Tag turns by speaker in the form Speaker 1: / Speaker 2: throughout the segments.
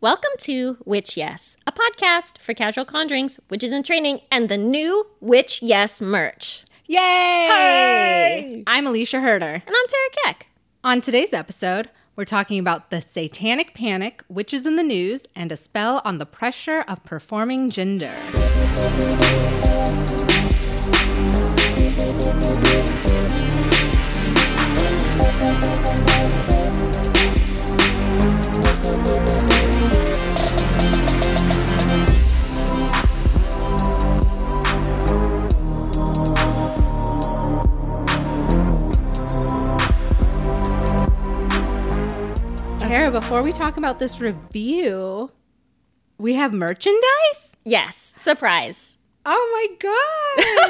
Speaker 1: Welcome to Witch Yes, a podcast for casual conjurings, witches in training, and the new Witch Yes merch.
Speaker 2: Yay!
Speaker 1: Hey!
Speaker 2: I'm Alicia Herder.
Speaker 1: And I'm Tara Keck.
Speaker 2: On today's episode, we're talking about the satanic panic, witches in the news, and a spell on the pressure of performing gender. Tara, before we talk about this review, we have merchandise?
Speaker 1: Yes, surprise.
Speaker 2: Oh my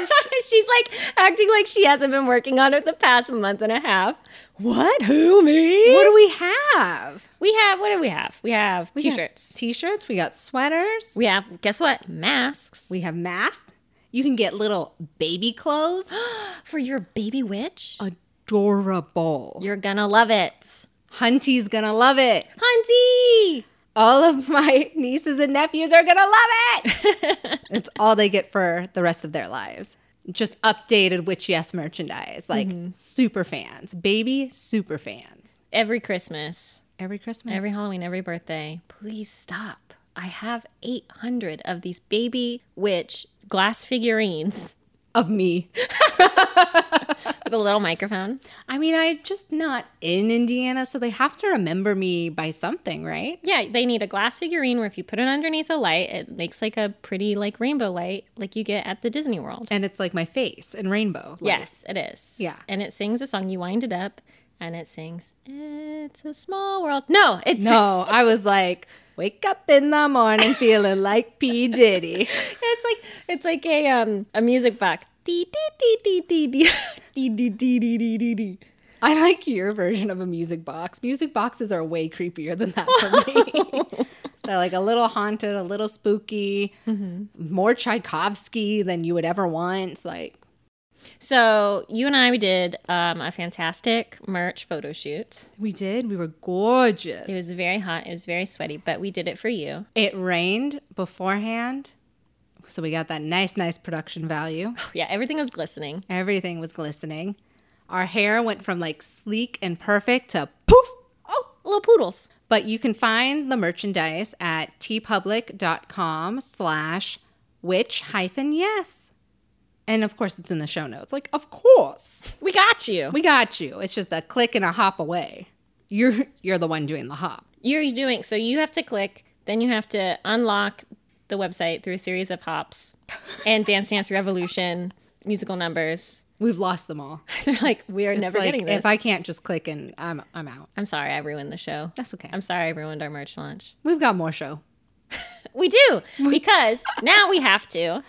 Speaker 2: gosh!
Speaker 1: She's like acting like she hasn't been working on it the past month and a half. What? Who me?
Speaker 2: what do we have?
Speaker 1: We have what do we have? We have
Speaker 2: We got
Speaker 1: t-shirts.
Speaker 2: T-shirts, we got sweaters.
Speaker 1: we have guess what? Masks
Speaker 2: We have masks. You can get little baby clothes.
Speaker 1: for your baby witch.
Speaker 2: Oh. Adorable.
Speaker 1: You're gonna love it.
Speaker 2: Hunty's gonna love it.
Speaker 1: Hunty!
Speaker 2: All of my nieces and nephews are gonna love it. it's all they get for the rest of their lives. Just updated Witch Yes merchandise, like
Speaker 1: Mm-hmm.
Speaker 2: super fans, baby super fans.
Speaker 1: Every Christmas,
Speaker 2: Every Christmas,
Speaker 1: every Halloween, every birthday. Please stop. I have 800 of these baby witch glass figurines
Speaker 2: of me.
Speaker 1: with a little microphone.
Speaker 2: I mean, I'm just not in Indiana, so they have to remember me by something, right?
Speaker 1: Yeah, they need a glass figurine where if you put it underneath a light, it makes like a pretty like rainbow light like you get at the Disney World.
Speaker 2: And it's like my face and rainbow. like-
Speaker 1: Yes, it is.
Speaker 2: Yeah.
Speaker 1: And it sings a song. You wind it up and it sings, It's a Small World. No, it's
Speaker 2: No, I was like, wake up in the morning feeling like P Diddy.
Speaker 1: it's like it's like a um a music box. Dee dee dee dee dee dee dee dee dee dee dee dee.
Speaker 2: I like your version of a music box. Music boxes are way creepier than that for me. They're like a little haunted, a little spooky, more Tchaikovsky than you would ever want. It's like,
Speaker 1: So you and I we did um, a fantastic merch photo shoot.
Speaker 2: we did. We were gorgeous.
Speaker 1: It was very hot. It was very sweaty, but we did it for you.
Speaker 2: it rained beforehand. So we got that nice, nice production value.
Speaker 1: Yeah, everything was glistening.
Speaker 2: Everything was glistening. Our hair went from like sleek and perfect to poof,
Speaker 1: Oh, little poodles.
Speaker 2: But you can find the merchandise at tpublic.com slash which hyphen yes. And of course, it's in the show notes. Like, of course,
Speaker 1: We got you.
Speaker 2: we got you. It's just a click and a hop away. You're you're the one doing the hop.
Speaker 1: You're doing so. You have to click. Then you have to unlock the website through a series of hops and Dance Dance Revolution musical numbers.
Speaker 2: We've lost them all.
Speaker 1: They're like we are
Speaker 2: It's
Speaker 1: never
Speaker 2: like
Speaker 1: getting this.
Speaker 2: if I can't just click and I'm I'm out.
Speaker 1: I'm sorry, I ruined the show.
Speaker 2: That's okay.
Speaker 1: I'm sorry I ruined our merch launch.
Speaker 2: We've got more show.
Speaker 1: We do because now we have to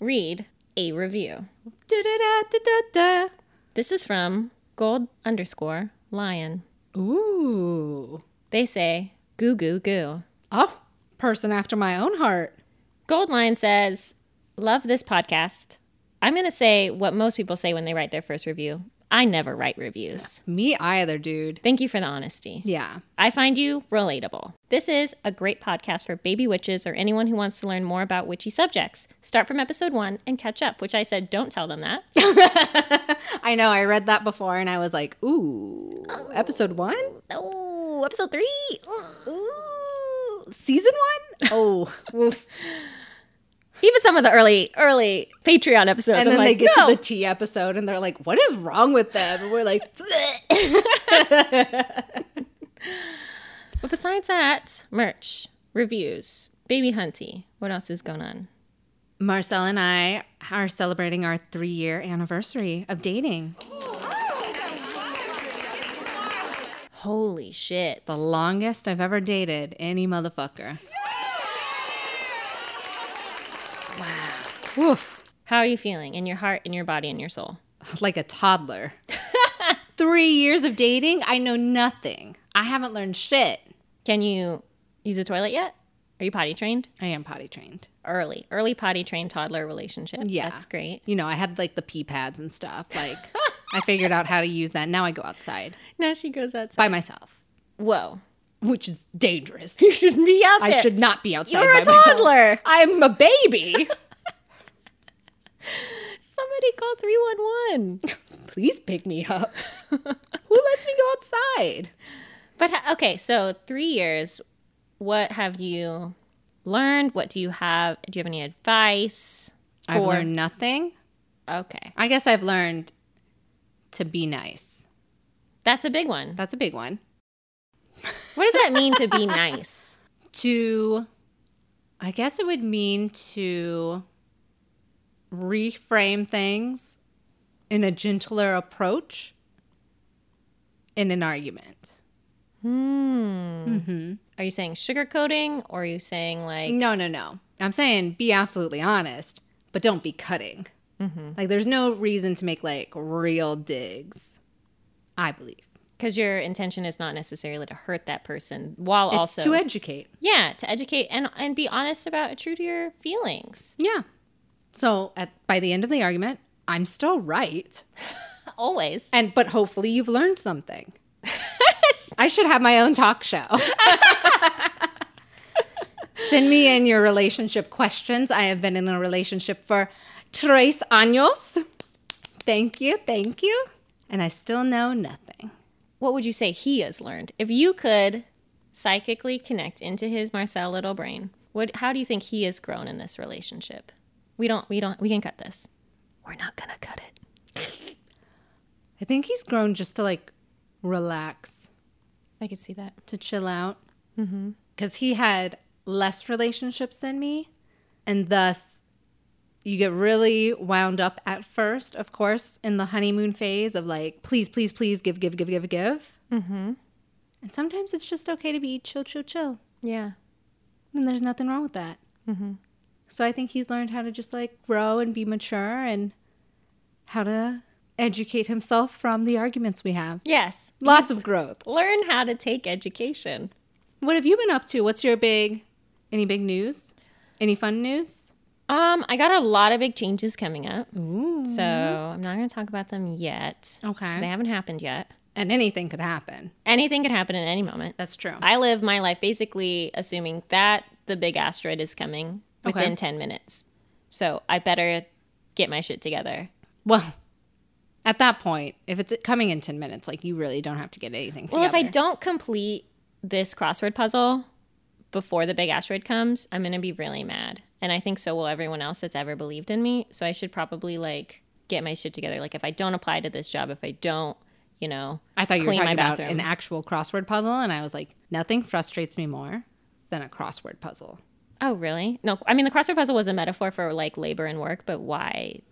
Speaker 1: read a review.
Speaker 2: Da-da-da-da-da-da.
Speaker 1: This is from gold underscore lion.
Speaker 2: Ooh.
Speaker 1: They say goo goo goo.
Speaker 2: Oh, person after my own heart.
Speaker 1: Gold lion says, Love this podcast. I'm going to say what most people say when they write their first review I never write reviews.
Speaker 2: Me either, dude.
Speaker 1: Thank you for the honesty.
Speaker 2: Yeah.
Speaker 1: I find you relatable. This is a great podcast for baby witches or anyone who wants to learn more about witchy subjects. Start from episode one and catch up, which I said, don't tell them that.
Speaker 2: I know. I read that before and I was like, ooh, episode one?
Speaker 1: oh, episode three.
Speaker 2: Ooh, season one? Oh. oof.
Speaker 1: Even some of the early, early Patreon episodes.
Speaker 2: and
Speaker 1: I'm
Speaker 2: then
Speaker 1: like,
Speaker 2: they get
Speaker 1: no.
Speaker 2: to the tea episode and they're like, what is wrong with them? And we're like, "Bleh."
Speaker 1: But besides that, merch, reviews, baby hunty. What else is going on?
Speaker 2: Marcel and I are celebrating our three year anniversary of dating.
Speaker 1: Holy shit.
Speaker 2: The longest I've ever dated any motherfucker. Wow. Oof.
Speaker 1: How are you feeling in your heart, in your body, in your soul?
Speaker 2: Like a toddler. three years of dating? I know nothing. I haven't learned shit.
Speaker 1: Can you use a toilet yet? Are you potty trained?
Speaker 2: I am potty trained.
Speaker 1: Early, early potty trained toddler relationship.
Speaker 2: Yeah.
Speaker 1: That's great.
Speaker 2: You know, I had like the pee pads and stuff. Like, I figured out how to use that. Now I go outside
Speaker 1: Now she goes outside.
Speaker 2: by myself.
Speaker 1: Whoa.
Speaker 2: which is dangerous.
Speaker 1: You shouldn't be out there.
Speaker 2: I should not be outside.
Speaker 1: You're a
Speaker 2: by myself.
Speaker 1: toddler.
Speaker 2: I'm a baby.
Speaker 1: Somebody call 311.
Speaker 2: Please pick me up. Who lets me go outside?
Speaker 1: But ha- okay, so three years. What have you learned? What do you have? Do you have any advice?
Speaker 2: I've
Speaker 1: Or-
Speaker 2: learned nothing.
Speaker 1: Okay,
Speaker 2: I guess I've learned to be nice.
Speaker 1: that's a big one.
Speaker 2: That's a big one.
Speaker 1: What does that mean to be nice?
Speaker 2: To, I guess it would mean to reframe things in a gentler approach in an argument.
Speaker 1: Hmm.
Speaker 2: Mm-hmm.
Speaker 1: Are you saying sugarcoating or are you saying like,
Speaker 2: No, no, no. I'm saying be absolutely honest, but don't be cutting.
Speaker 1: Mm-hmm.
Speaker 2: Like, there's no reason to make like real digs, I believe.
Speaker 1: because your intention is not necessarily to hurt that person while
Speaker 2: It's
Speaker 1: also,
Speaker 2: to e- educate.
Speaker 1: yeah, to educate and, and be honest about and true to your feelings.
Speaker 2: Yeah. So at, by the end of the argument, I'm still right.
Speaker 1: Always.
Speaker 2: And but hopefully you've learned something. I should have my own talk show. Send me in your relationship questions. I have been in a relationship for tres años. Thank you, thank you. And I still know nothing.
Speaker 1: What would you say he has learned? If you could psychically connect into his Marcel little brain, what, how do you think he has grown in this relationship? We don't, we don't, we can cut this. We're not going to cut it.
Speaker 2: I think he's grown just to like relax,
Speaker 1: I could see that.
Speaker 2: to chill out. Because he had less relationships than me. And thus, you get really wound up at first, of course, in the honeymoon phase of like, please, please, please give, give, give, give, give. Mm-hmm. And sometimes it's just okay to be chill, chill, chill.
Speaker 1: Yeah.
Speaker 2: And there's nothing wrong with that. Mm-hmm. So I think he's learned how to just like grow and be mature and how to educate himself from the arguments we have.
Speaker 1: Yes.
Speaker 2: Lots of growth.
Speaker 1: Learn how to take education.
Speaker 2: What have you been up to? What's your big, any big news? Any fun news?
Speaker 1: Um, I got a lot of big changes coming up. So I'm not going to talk about them yet. 'cause They
Speaker 2: Okay.
Speaker 1: haven't happened yet.
Speaker 2: And anything could happen.
Speaker 1: Anything could happen at any moment.
Speaker 2: That's true.
Speaker 1: I live my life basically assuming that the big asteroid is coming
Speaker 2: Okay.
Speaker 1: within 10 minutes. So I better get my shit together.
Speaker 2: well, at that point, if it's coming in 10 minutes, like you really don't have to get anything
Speaker 1: Well,
Speaker 2: together.
Speaker 1: if I don't complete this crossword puzzle before the big asteroid comes, I'm going to be really mad. And I think so will everyone else that's ever believed in me. So I should probably like get my shit together. Like if I don't apply to this job, if I don't, you know,
Speaker 2: I thought you were
Speaker 1: clean
Speaker 2: talking
Speaker 1: my
Speaker 2: about
Speaker 1: bathroom.
Speaker 2: an actual crossword puzzle, and I was like, nothing frustrates me more than a crossword puzzle.
Speaker 1: oh, really? No, I mean, the crossword puzzle was a metaphor for like labor and work, but why?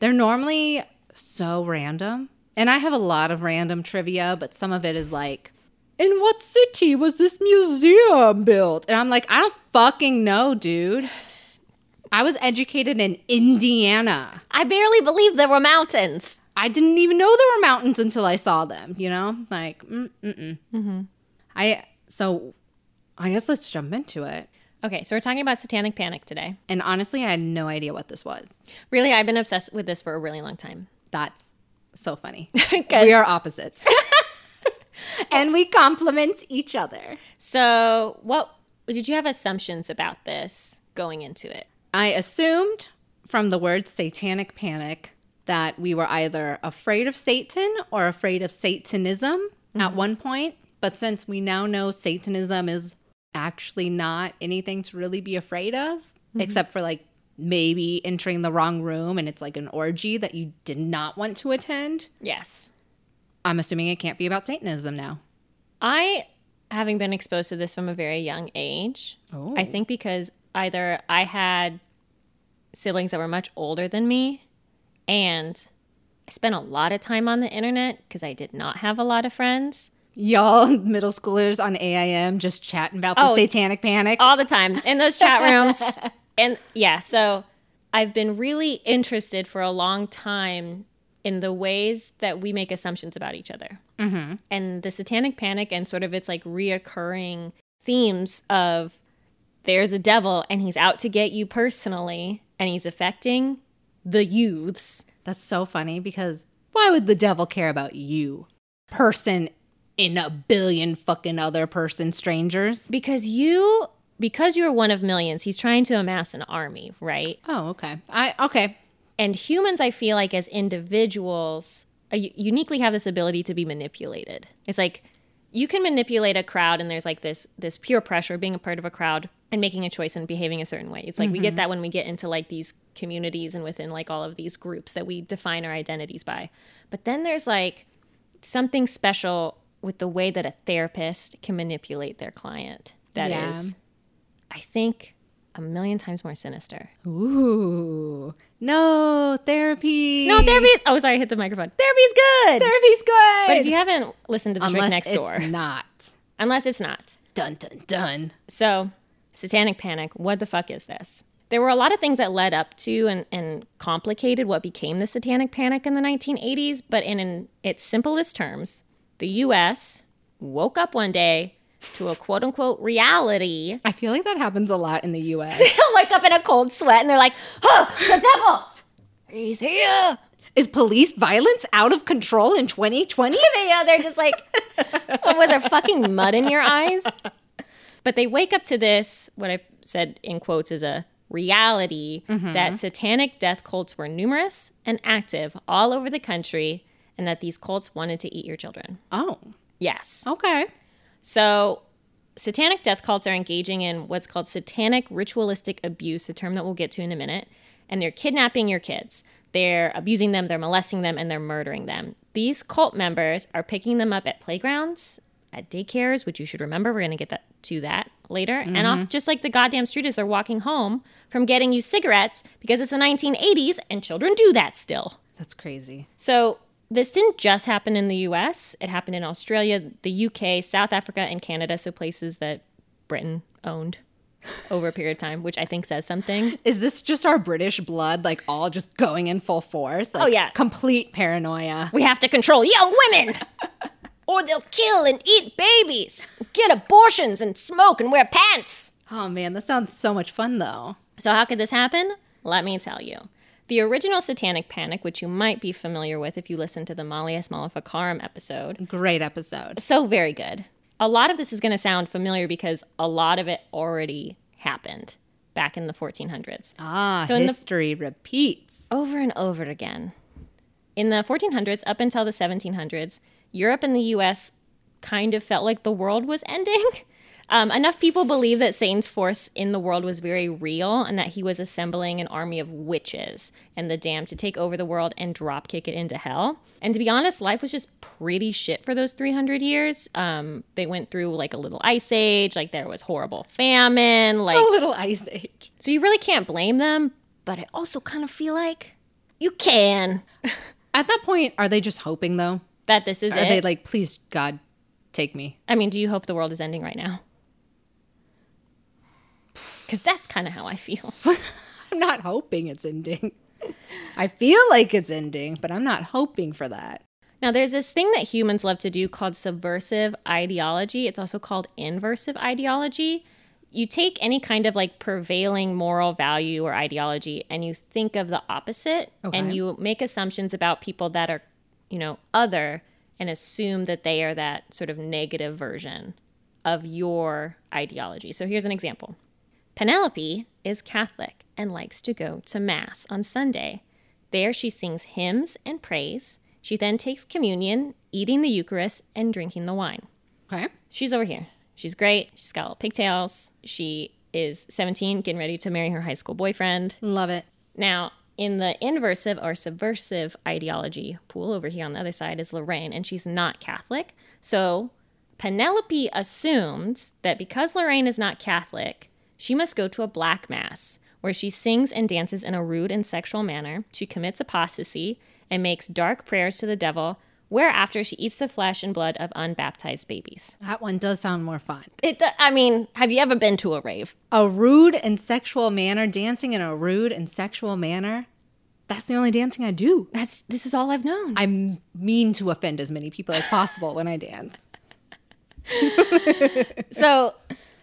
Speaker 2: They're normally so random. And I have a lot of random trivia, but some of it is like, in what city was this museum built? And I'm like, I don't fucking know, dude. I was educated in Indiana.
Speaker 1: I barely believe there were mountains.
Speaker 2: I didn't even know there were mountains until I saw them, you know? Like, mm mm mm. I, so I guess let's jump into it.
Speaker 1: Okay, so we're talking about satanic panic today.
Speaker 2: And honestly, I had no idea what this was.
Speaker 1: Really, I've been obsessed with this for a really long time.
Speaker 2: That's so funny.
Speaker 1: 'Cause-
Speaker 2: We are opposites. and we complement each other.
Speaker 1: So, what did you have assumptions about this going into it?
Speaker 2: I assumed from the word satanic panic that we were either afraid of Satan or afraid of Satanism at one point. But since we now know Satanism is actually not anything to really be afraid of, except for like maybe entering the wrong room and it's like an orgy that you did not want to attend,
Speaker 1: Yes.
Speaker 2: I'm assuming it can't be about Satanism now.
Speaker 1: I, having been exposed to this from a very young age,
Speaker 2: Oh.
Speaker 1: I think because either I had siblings that were much older than me and I spent a lot of time on the internet because I did not have a lot of friends.
Speaker 2: Y'all middle schoolers on AIM just chatting about the
Speaker 1: Oh.
Speaker 2: satanic panic.
Speaker 1: all the time in those chat rooms. and yeah, so I've been really interested for a long time in the ways that we make assumptions about each other. Mm-hmm. And the satanic panic and sort of its like reoccurring themes of there's a devil and he's out to get you personally and he's affecting the youths.
Speaker 2: That's so funny because why would the devil care about you, person in a billion fucking other person strangers.
Speaker 1: Because you because you're one of millions, he's trying to amass an army, right?
Speaker 2: Oh, okay. I okay.
Speaker 1: And humans, I feel like as individuals, uh, u- uniquely have this ability to be manipulated. It's like you can manipulate a crowd, and there's like this this peer pressure being a part of a crowd and making a choice and behaving a certain way. It's like we get that when we get into like these communities and within like all of these groups that we define our identities by. But then there's like something special with the way that a therapist can manipulate their client. That is,
Speaker 2: Yeah.
Speaker 1: I think, a million times more sinister.
Speaker 2: Ooh. No, therapy.
Speaker 1: No, therapy is. Oh, sorry, I hit the microphone. Therapy's good.
Speaker 2: Therapy's good.
Speaker 1: But if you haven't listened to the trick
Speaker 2: Unless
Speaker 1: next
Speaker 2: it's
Speaker 1: door,
Speaker 2: not.
Speaker 1: unless it's not.
Speaker 2: Dun dun dun.
Speaker 1: So, satanic panic, what the fuck is this? There were a lot of things that led up to and, and complicated what became the satanic panic in the 1980s, but in, in its simplest terms, the US woke up one day to a quote unquote reality.
Speaker 2: I feel like that happens a lot in the US.
Speaker 1: They'll wake up in a cold sweat and they're like, oh, the devil, he's here.
Speaker 2: Is police violence out of control in 2020?
Speaker 1: they are. They're just like, what, was there fucking mud in your eyes? But they wake up to this, what I said in quotes is a reality that satanic death cults were numerous and active all over the country and that these cults wanted to eat your children.
Speaker 2: Oh,
Speaker 1: Yes.
Speaker 2: okay.
Speaker 1: So, satanic death cults are engaging in what's called satanic ritualistic abuse, a term that we'll get to in a minute. And they're kidnapping your kids. They're abusing them, they're molesting them, and they're murdering them. These cult members are picking them up at playgrounds, at daycares, which you should remember. We're going to get that to that later. And off just like the goddamn street as they're walking home from getting you cigarettes because it's the 1980s and children do that still.
Speaker 2: That's crazy.
Speaker 1: So this didn't just happen in the US, it happened in Australia, the UK, South Africa, and Canada. So places that Britain owned over a period of time, which I think says something.
Speaker 2: Is this just our British blood, like all just going in full force? Like,
Speaker 1: Oh, yeah.
Speaker 2: Complete paranoia.
Speaker 1: We have to control young women. Or they'll kill and eat babies, get abortions, and smoke and wear pants.
Speaker 2: Oh, man, that sounds so much fun, though.
Speaker 1: So, how could this happen? Let me tell you. The original Satanic Panic, which you might be familiar with if you listen to the Malleus Maleficarum episode,
Speaker 2: Great episode.
Speaker 1: so very good. A lot of this is going to sound familiar because a lot of it already happened back in the 1400s.
Speaker 2: Ah,
Speaker 1: So in the-
Speaker 2: history repeats.
Speaker 1: Over and over again. In the 1400s up until the 1700s, Europe and the US kind of felt like the world was ending. Um, enough people believed that Satan's force in the world was very real and that he was assembling an army of witches and the damned to take over the world and dropkick it into hell. And to be honest, life was just pretty shit for those 300 years. Um, they went through like a little ice age, like there was horrible famine, like
Speaker 2: A little ice age.
Speaker 1: so you really can't blame them, but I also kind of feel like you can.
Speaker 2: At that point, are they just hoping, though?
Speaker 1: That this is
Speaker 2: Are
Speaker 1: it.
Speaker 2: they like, please, God, take me?
Speaker 1: I mean, do you hope the world is ending right now? Because that's kind of how I feel.
Speaker 2: I'm not hoping it's ending. I feel like it's ending, but I'm not hoping for that.
Speaker 1: Now, there's this thing that humans love to do called subversive ideology. It's also called inversive ideology. You take any kind of like prevailing moral value or ideology and you think of the opposite and
Speaker 2: Okay.
Speaker 1: you make assumptions about people that are, you know, other and assume that they are that sort of negative version of your ideology. So here's an example. Penelope is Catholic and likes to go to Mass on Sunday. There she sings hymns and prays. She then takes communion, eating the Eucharist, and drinking the wine.
Speaker 2: Okay.
Speaker 1: She's over here. She's great. She's got little pigtails. She is 17, getting ready to marry her high school boyfriend.
Speaker 2: Love it.
Speaker 1: Now, in the inversive or subversive ideology pool over here on the other side is Lorraine, and she's not Catholic. So Penelope assumes that because Lorraine is not Catholic, she must go to a black mass where she sings and dances in a rude and sexual manner. She commits apostasy and makes dark prayers to the devil, whereafter she eats the flesh and blood of unbaptized babies.
Speaker 2: That one does sound more fun.
Speaker 1: It, do- I mean, have you ever been to a rave?
Speaker 2: A rude and sexual manner, dancing in a rude and sexual manner. That's the only dancing I do.
Speaker 1: That's this is all I've known.
Speaker 2: I m- mean to offend as many people as possible when I dance.
Speaker 1: So,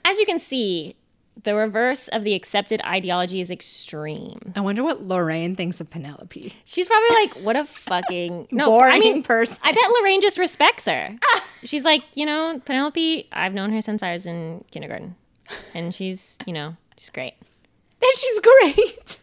Speaker 1: as you can see, The reverse of the accepted ideology is extreme.
Speaker 2: I wonder what Lorraine thinks of Penelope.
Speaker 1: She's probably like, what a fucking no.
Speaker 2: Boring
Speaker 1: Oh, I mean,
Speaker 2: person.
Speaker 1: I bet Lorraine just respects her. she's like, you know, Penelope. I've known her since I was in kindergarten, and she's, you know, she's great.
Speaker 2: She's great.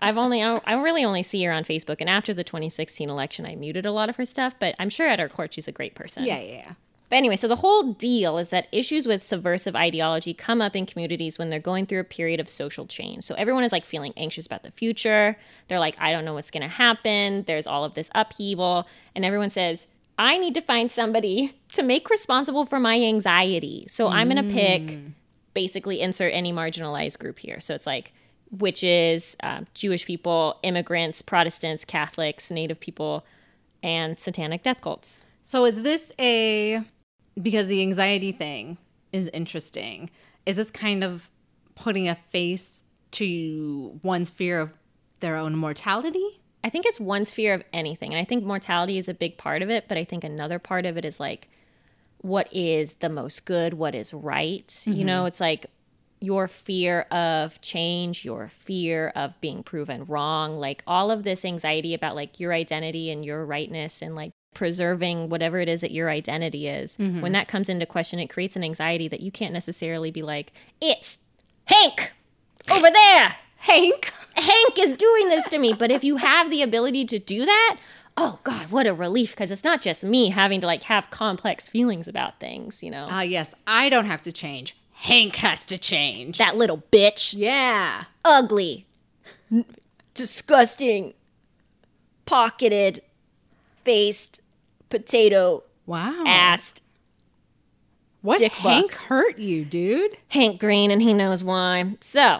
Speaker 1: I've only I I really only see her on Facebook, and after the 2016 election, I muted a lot of her stuff. But I'm sure at her court, she's a great person.
Speaker 2: yeah, yeah, yeah.
Speaker 1: But anyway, so the whole deal is that issues with subversive ideology come up in communities when they're going through a period of social change. So everyone is like feeling anxious about the future. They're like, I don't know what's going to happen. There's all of this upheaval. And everyone says, I need to find somebody to make responsible for my anxiety. So I'm going to pick basically insert any marginalized group here. So it's like witches, um, Jewish people, immigrants, Protestants, Catholics, Native people, and satanic death cults.
Speaker 2: So is this a because the anxiety thing is interesting. Is this kind of putting a face to one's fear of their own mortality?
Speaker 1: I think it's one's fear of anything. And I think mortality is a big part of it, but I think another part of it is like what is the most good, what is right. You know, it's like your fear of change, your fear of being proven wrong, like all of this anxiety about like your identity and your rightness and like preserving whatever it is that your identity is.
Speaker 2: Mm-hmm.
Speaker 1: When that comes into question, it creates an anxiety that you can't necessarily be like, it's Hank over there.
Speaker 2: Hank.
Speaker 1: Hank is doing this to me. But if you have the ability to do that, oh God, what a relief. Because it's not just me having to like have complex feelings about things, you know?
Speaker 2: Ah, yes, I don't have to change. Hank has to change.
Speaker 1: that little bitch,
Speaker 2: Yeah.
Speaker 1: ugly, n- disgusting, pocketed, faced, potato,
Speaker 2: Wow.
Speaker 1: assed
Speaker 2: what
Speaker 1: dick
Speaker 2: Hank hurt you, dude?
Speaker 1: Hank Green, and he knows why. So,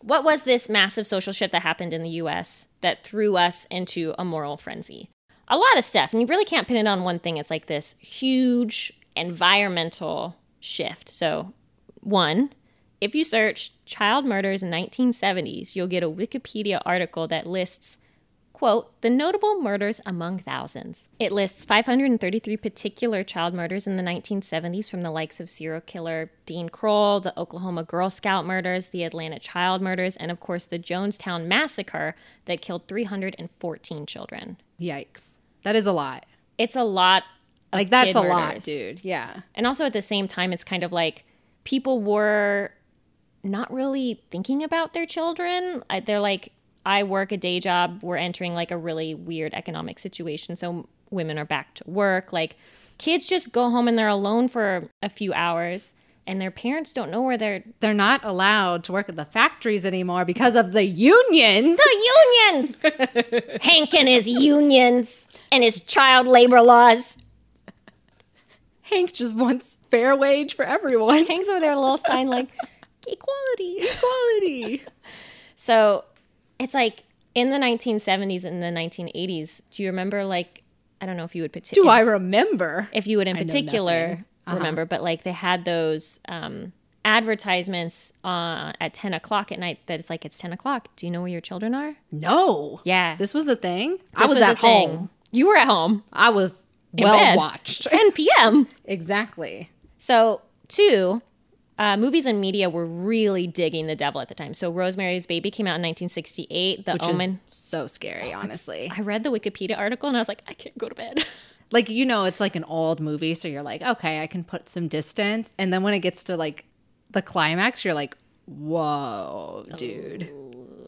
Speaker 1: what was this massive social shift that happened in the US that threw us into a moral frenzy? A lot of stuff, and you really can't pin it on one thing. It's like this huge environmental shift. So, one, if you search child murders in 1970s, you'll get a Wikipedia article that lists quote, the notable murders among thousands. It lists 533 particular child murders in the 1970s from the likes of serial killer Dean Kroll, the Oklahoma Girl Scout murders, the Atlanta child murders, and of course the Jonestown massacre that killed 314 children.
Speaker 2: Yikes. That is a lot.
Speaker 1: It's a lot. Of
Speaker 2: Like that's
Speaker 1: kid
Speaker 2: a lot,
Speaker 1: murders.
Speaker 2: dude. Yeah.
Speaker 1: And also at the same time, it's kind of like people were not really thinking about their children. I- They're like, I work a day job. We're entering like a really weird economic situation. So women are back to work. Like kids just go home and they're alone for a few hours and their parents don't know where they're.
Speaker 2: They're not allowed to work at the factories anymore because of the unions.
Speaker 1: The Oh, unions! Hank and his unions and his child labor laws.
Speaker 2: Hank just wants fair wage for everyone.
Speaker 1: Hank's over there, with a little sign like, equality.
Speaker 2: Equality.
Speaker 1: So it's like in the 1970s and the 1980s. Do you remember like I don't know if you would
Speaker 2: Do
Speaker 1: particular
Speaker 2: I remember?
Speaker 1: if you would in particular
Speaker 2: Uh-huh.
Speaker 1: remember, but like they had those um, advertisements uh, at 10 o'clock at night that it's like it's 10 o'clock. Do you know where your children are?
Speaker 2: No.
Speaker 1: Yeah,
Speaker 2: This was the thing. I
Speaker 1: This
Speaker 2: was,
Speaker 1: a
Speaker 2: at
Speaker 1: thing.
Speaker 2: home.
Speaker 1: You were at home.
Speaker 2: I was well
Speaker 1: bed.
Speaker 2: watched.
Speaker 1: 10 p.m.
Speaker 2: exactly.
Speaker 1: So, two, uh, movies and media were really digging the devil at the time. So, Rosemary's Baby came out in 1968. The
Speaker 2: Which
Speaker 1: Omen.
Speaker 2: is so scary, honestly.
Speaker 1: I read the Wikipedia article and I was like, I can't go to bed.
Speaker 2: Like, you know, it's like an old movie, so you're like, okay, I can put some distance. And then when it gets to like the climax, you're like, whoa,
Speaker 1: Oh.
Speaker 2: dude.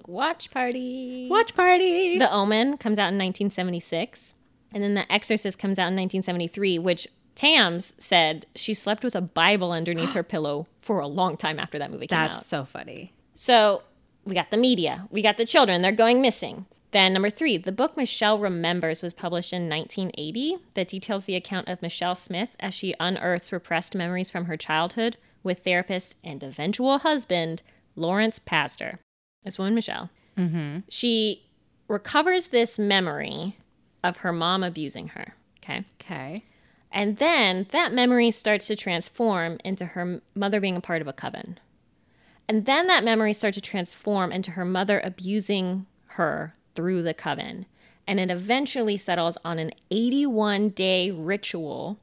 Speaker 1: Watch Party.
Speaker 2: Watch party.
Speaker 1: The Omen comes out in 1976. And then The Exorcist comes out in 1973, which Tams said she slept with a Bible underneath her pillow for a long time after that movie came
Speaker 2: That's
Speaker 1: out.
Speaker 2: so funny.
Speaker 1: So we got the media, we got the children, they're going missing. Then, number three, the book Michelle Remembers was published in 1980 that details the account of Michelle Smith as she unearths repressed memories from her childhood with therapist and eventual husband, Lawrence Pastor. This woman, Michelle. Mm-hmm. She recovers this memory of her mom abusing her. Okay.
Speaker 2: Okay.
Speaker 1: And then that memory starts to transform into her mother being a part of a coven. And then that memory starts to transform into her mother abusing her through the coven. And it eventually settles on an 81 day ritual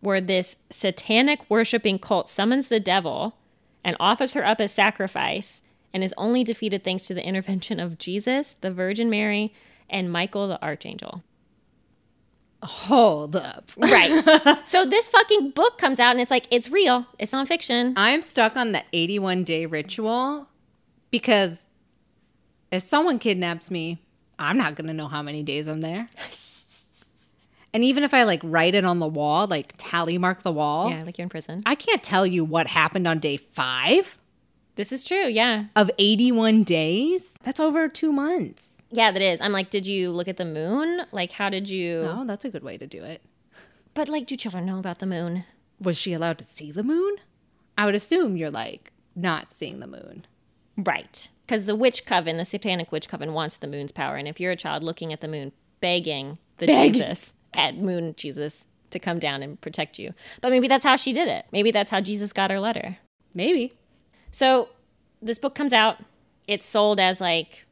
Speaker 1: where this satanic worshiping cult summons the devil and offers her up as sacrifice and is only defeated thanks to the intervention of Jesus, the Virgin Mary, and Michael the Archangel.
Speaker 2: Hold up.
Speaker 1: Right. so this fucking book comes out and it's like, it's real, it's not fiction.
Speaker 2: I'm stuck on the 81 day ritual because if someone kidnaps me, I'm not going to know how many days I'm there. and even if I like write it on the wall, like tally mark the wall,
Speaker 1: Yeah, like you're in prison.
Speaker 2: I can't tell you what happened on day five
Speaker 1: This is true. Yeah.
Speaker 2: of 81 days. That's over two months.
Speaker 1: Yeah, that is. I'm like, did you look at the moon? Like, how did you.
Speaker 2: Oh, that's a good way to do it.
Speaker 1: But like, do children know about the moon?
Speaker 2: Was she allowed to see the moon? I would assume you're like not seeing the moon.
Speaker 1: Right. Because the witch coven, the satanic witch coven, wants the moon's power. And if you're a child looking at the moon, begging the
Speaker 2: Begging.
Speaker 1: Jesus, at moon Jesus, to come down and protect you. But maybe that's how she did it. Maybe that's how Jesus got her letter.
Speaker 2: Maybe.
Speaker 1: So this book comes out. It's sold as like,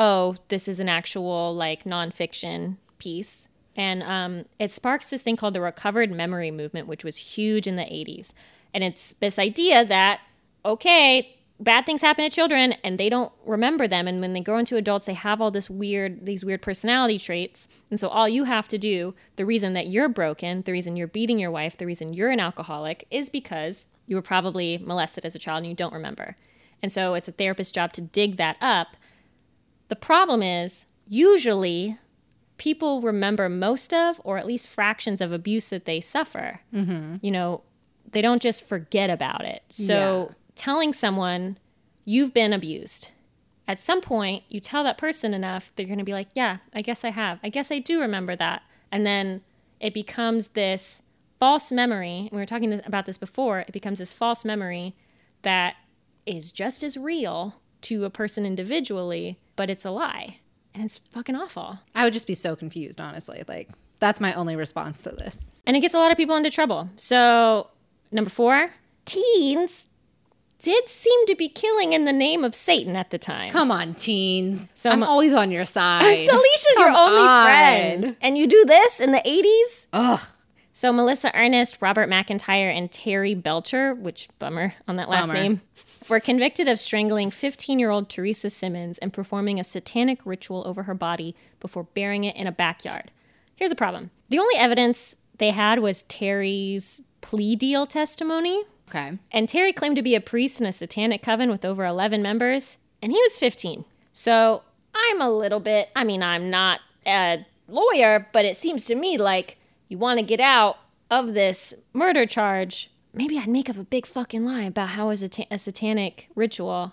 Speaker 1: oh, this is an actual like nonfiction piece. And um, it sparks this thing called the recovered memory movement, which was huge in the 80s. And it's this idea that, okay, bad things happen to children and they don't remember them. And when they grow into adults, they have all this weird, these weird personality traits. And so all you have to do, the reason that you're broken, the reason you're beating your wife, the reason you're an alcoholic is because you were probably molested as a child and you don't remember. And so it's a therapist's job to dig that up. The problem is usually people remember most of or at least fractions of abuse that they suffer. You know, they don't just forget about it. So telling someone you've been abused, at some point you tell that person enough, they're going to be like, yeah, I guess I have. I guess I do remember that. And then it becomes this false memory. And we were talking th- about this before. It becomes this false memory that is just as real to a person individually, but it's a lie. And it's fucking awful.
Speaker 2: I would just be so confused, honestly. Like, that's my only response to this.
Speaker 1: And it gets a lot of people into trouble. So, number four, teens did seem to be killing in the name of Satan at the time.
Speaker 2: Come on, teens.
Speaker 1: So
Speaker 2: I'm
Speaker 1: mu-
Speaker 2: always on your side.
Speaker 1: Alicia's your
Speaker 2: Come
Speaker 1: only
Speaker 2: on.
Speaker 1: friend. And you do this in the 80s?
Speaker 2: Ugh.
Speaker 1: So Melissa Ernest, Robert McIntyre, and Terry Belcher, which bummer on that last
Speaker 2: Bummer.
Speaker 1: name, were convicted of strangling 15-year-old Teresa Simmons and performing a satanic ritual over her body before burying it in a backyard. Here's a problem. The only evidence they had was Terry's plea deal testimony,
Speaker 2: Okay.
Speaker 1: and Terry claimed to be a priest in a satanic coven with over 11 members, and he was 15. So I'm a little bit, I mean, I'm not a lawyer, but it seems to me like you want to get out of this murder charge. Maybe I'd make up a big fucking lie about how it was a, ta- a satanic ritual,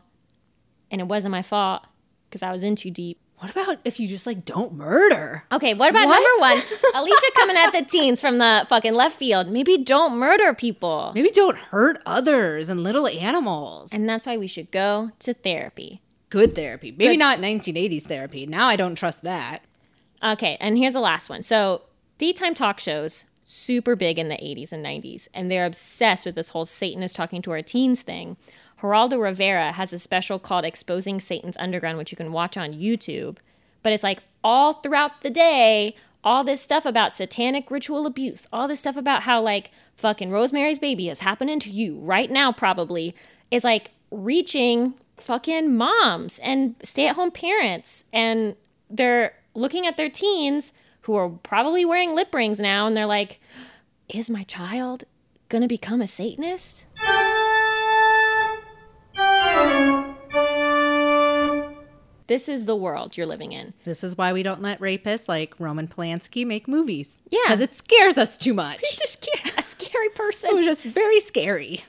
Speaker 1: and it wasn't my fault because I was in too deep.
Speaker 2: What about if you just like don't murder?
Speaker 1: Okay, what about number one? Alicia coming at the teens from the fucking left field. Maybe don't murder people.
Speaker 2: Maybe don't hurt others and little animals.
Speaker 1: And that's why we should go to therapy.
Speaker 2: Good therapy. Maybe not 1980s therapy. Now I don't trust that.
Speaker 1: Okay, and here's the last one. So, daytime talk shows super big in the 80s and 90s, and they're obsessed with this whole Satan is talking to our teens thing. Geraldo Rivera has a special called Exposing Satan's Underground, which you can watch on YouTube. But it's like all throughout the day, all this stuff about satanic ritual abuse, all this stuff about how, like, fucking Rosemary's baby is happening to you right now, probably, is like reaching fucking moms and stay at home parents. And they're looking at their teens who are probably wearing lip rings now and they're like, is my child gonna become a Satanist? This is the world you're living in.
Speaker 2: This is why we don't let rapists like Roman Polanski make movies.
Speaker 1: Yeah.
Speaker 2: Because it scares us too much. it
Speaker 1: Just sca- a scary person.
Speaker 2: was just very scary.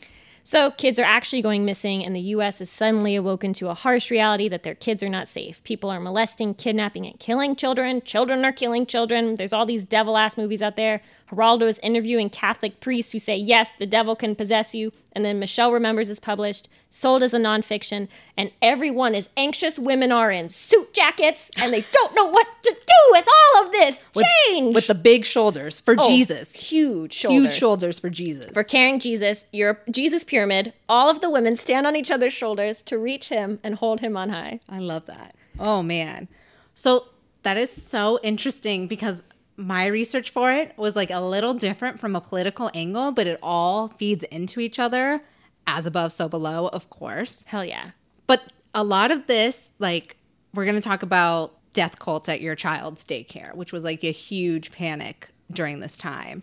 Speaker 1: So, kids are actually going missing, and the U.S. is suddenly awoken to a harsh reality that their kids are not safe. People are molesting, kidnapping, and killing children. Children are killing children. There's all these devil ass movies out there. Geraldo is interviewing Catholic priests who say, Yes, the devil can possess you. And then Michelle Remembers is published, sold as a nonfiction, and everyone is anxious. Women are in suit jackets, and they don't know what to do with all of this. Change!
Speaker 2: With the big shoulders for
Speaker 1: Oh,
Speaker 2: Jesus.
Speaker 1: Huge shoulders.
Speaker 2: Huge shoulders for Jesus.
Speaker 1: For carrying Jesus, your Jesus pyramid, all of the women stand on each other's shoulders to reach him and hold him on high.
Speaker 2: I love that. Oh man. So that is so interesting because my research for it was like a little different from a political angle, but it all feeds into each other as above, so below, of course.
Speaker 1: Hell yeah.
Speaker 2: But a lot of this, like, we're going to talk about death cults at your child's daycare, which was like a huge panic during this time.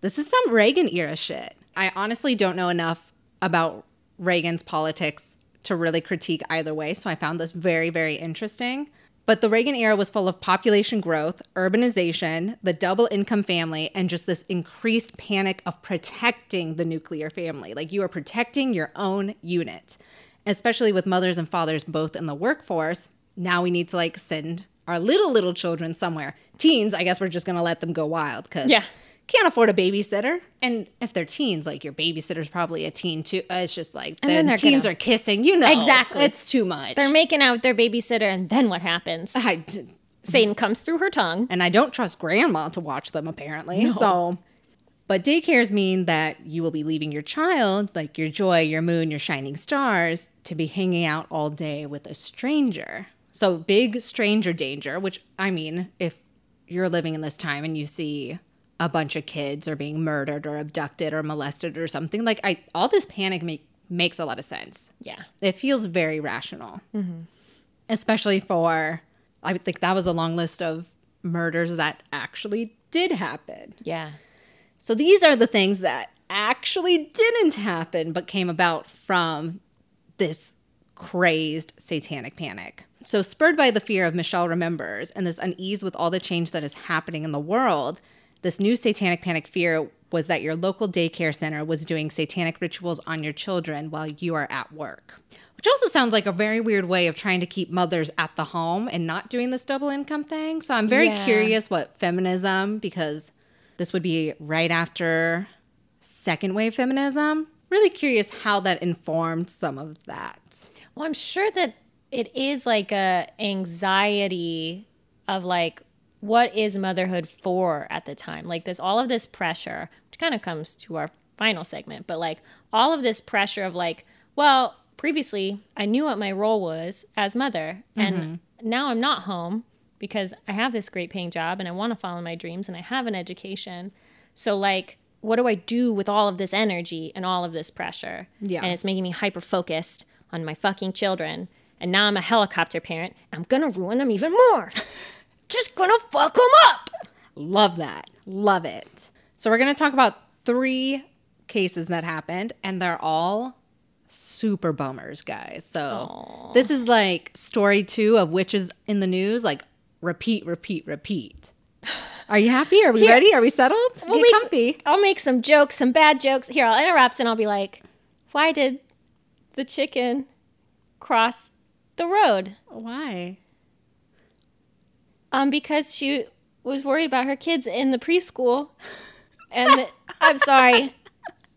Speaker 2: This is some Reagan era shit. I honestly don't know enough about Reagan's politics to really critique either way, so I found this very, very interesting. But the Reagan era was full of population growth, urbanization, the double income family, and just this increased panic of protecting the nuclear family. Like you are protecting your own unit, especially with mothers and fathers both in the workforce. Now we need to like send our little, little children somewhere. Teens, I guess we're just gonna let them go wild because
Speaker 1: Yeah.
Speaker 2: can't afford a babysitter. And if they're teens, like your babysitter's probably a teen too. Uh, It's just like
Speaker 1: And then
Speaker 2: then
Speaker 1: they're
Speaker 2: teens
Speaker 1: gonna-
Speaker 2: are kissing, you know.
Speaker 1: Exactly.
Speaker 2: It's too much.
Speaker 1: They're making out with their babysitter, and then what happens?
Speaker 2: I d-
Speaker 1: Satan comes through her tongue.
Speaker 2: and I don't trust grandma to watch them apparently. So, but daycares mean that you will be leaving your child, like your joy, your moon, your shining stars, to be hanging out all day with a stranger. So, big stranger danger, which I mean, if you're living in this time and you see a bunch of kids are being murdered or abducted or molested or something, like I all this panic make, makes a lot of sense
Speaker 1: Yeah.
Speaker 2: it feels very rational especially for i would think that was a long list of murders that actually did happen
Speaker 1: Yeah.
Speaker 2: so these are the things that actually didn't happen but came about from this crazed satanic panic. So, spurred by the fear of Michelle remembers and this unease with all the change that is happening in the world, this new satanic panic fear was that your local daycare center was doing satanic rituals on your children while you are at work. Which also sounds like a very weird way of trying to keep mothers at the home and not doing this double income thing. So, I'm very
Speaker 1: Yeah.
Speaker 2: curious what feminism, because this would be right after second wave feminism. Really curious how that informed some of that.
Speaker 1: Well, I'm sure that it is like a anxiety of like what is motherhood for at the time. Like there's all of this pressure, which kind of comes to our final segment, but like all of this pressure of like, well, previously I knew what my role was as mother and now I'm not home because I have this great paying job and I want to follow my dreams and I have an education. So like what do I do with all of this energy and all of this pressure?
Speaker 2: Yeah.
Speaker 1: And it's making me hyper focused on my fucking children. And now I'm a helicopter parent. I'm gonna ruin them even more. Just gonna fuck them up.
Speaker 2: Love that. Love it. So we're going to talk about three cases that happened and they're all super bummers, guys. So this is like story 2 of witches in the news, like repeat, repeat, repeat. Are you happy? Are we ready? Are we settled?
Speaker 1: We'll
Speaker 2: Get
Speaker 1: make-
Speaker 2: comfy.
Speaker 1: I'll make some jokes, some bad jokes. Here, I'll interrupt and I'll be like, why did the chicken cross the road?
Speaker 2: Why?
Speaker 1: Um, because she was worried about her kids in the preschool. And the- I'm sorry.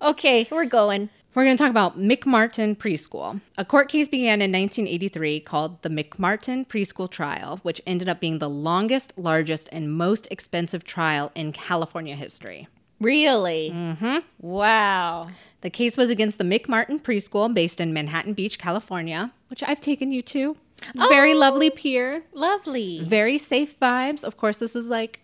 Speaker 1: Okay, we're going.
Speaker 2: We're going to talk about McMartin Preschool. A court case began in 1983 called the McMartin Preschool Trial, which ended up being the longest, largest, and most expensive trial in California history.
Speaker 1: Really? Mm-hmm. Wow.
Speaker 2: The case was against the McMartin Preschool based in Manhattan Beach, California, which I've taken you to. Very lovely pier,
Speaker 1: Lovely.
Speaker 2: very safe vibes. Of course, this is like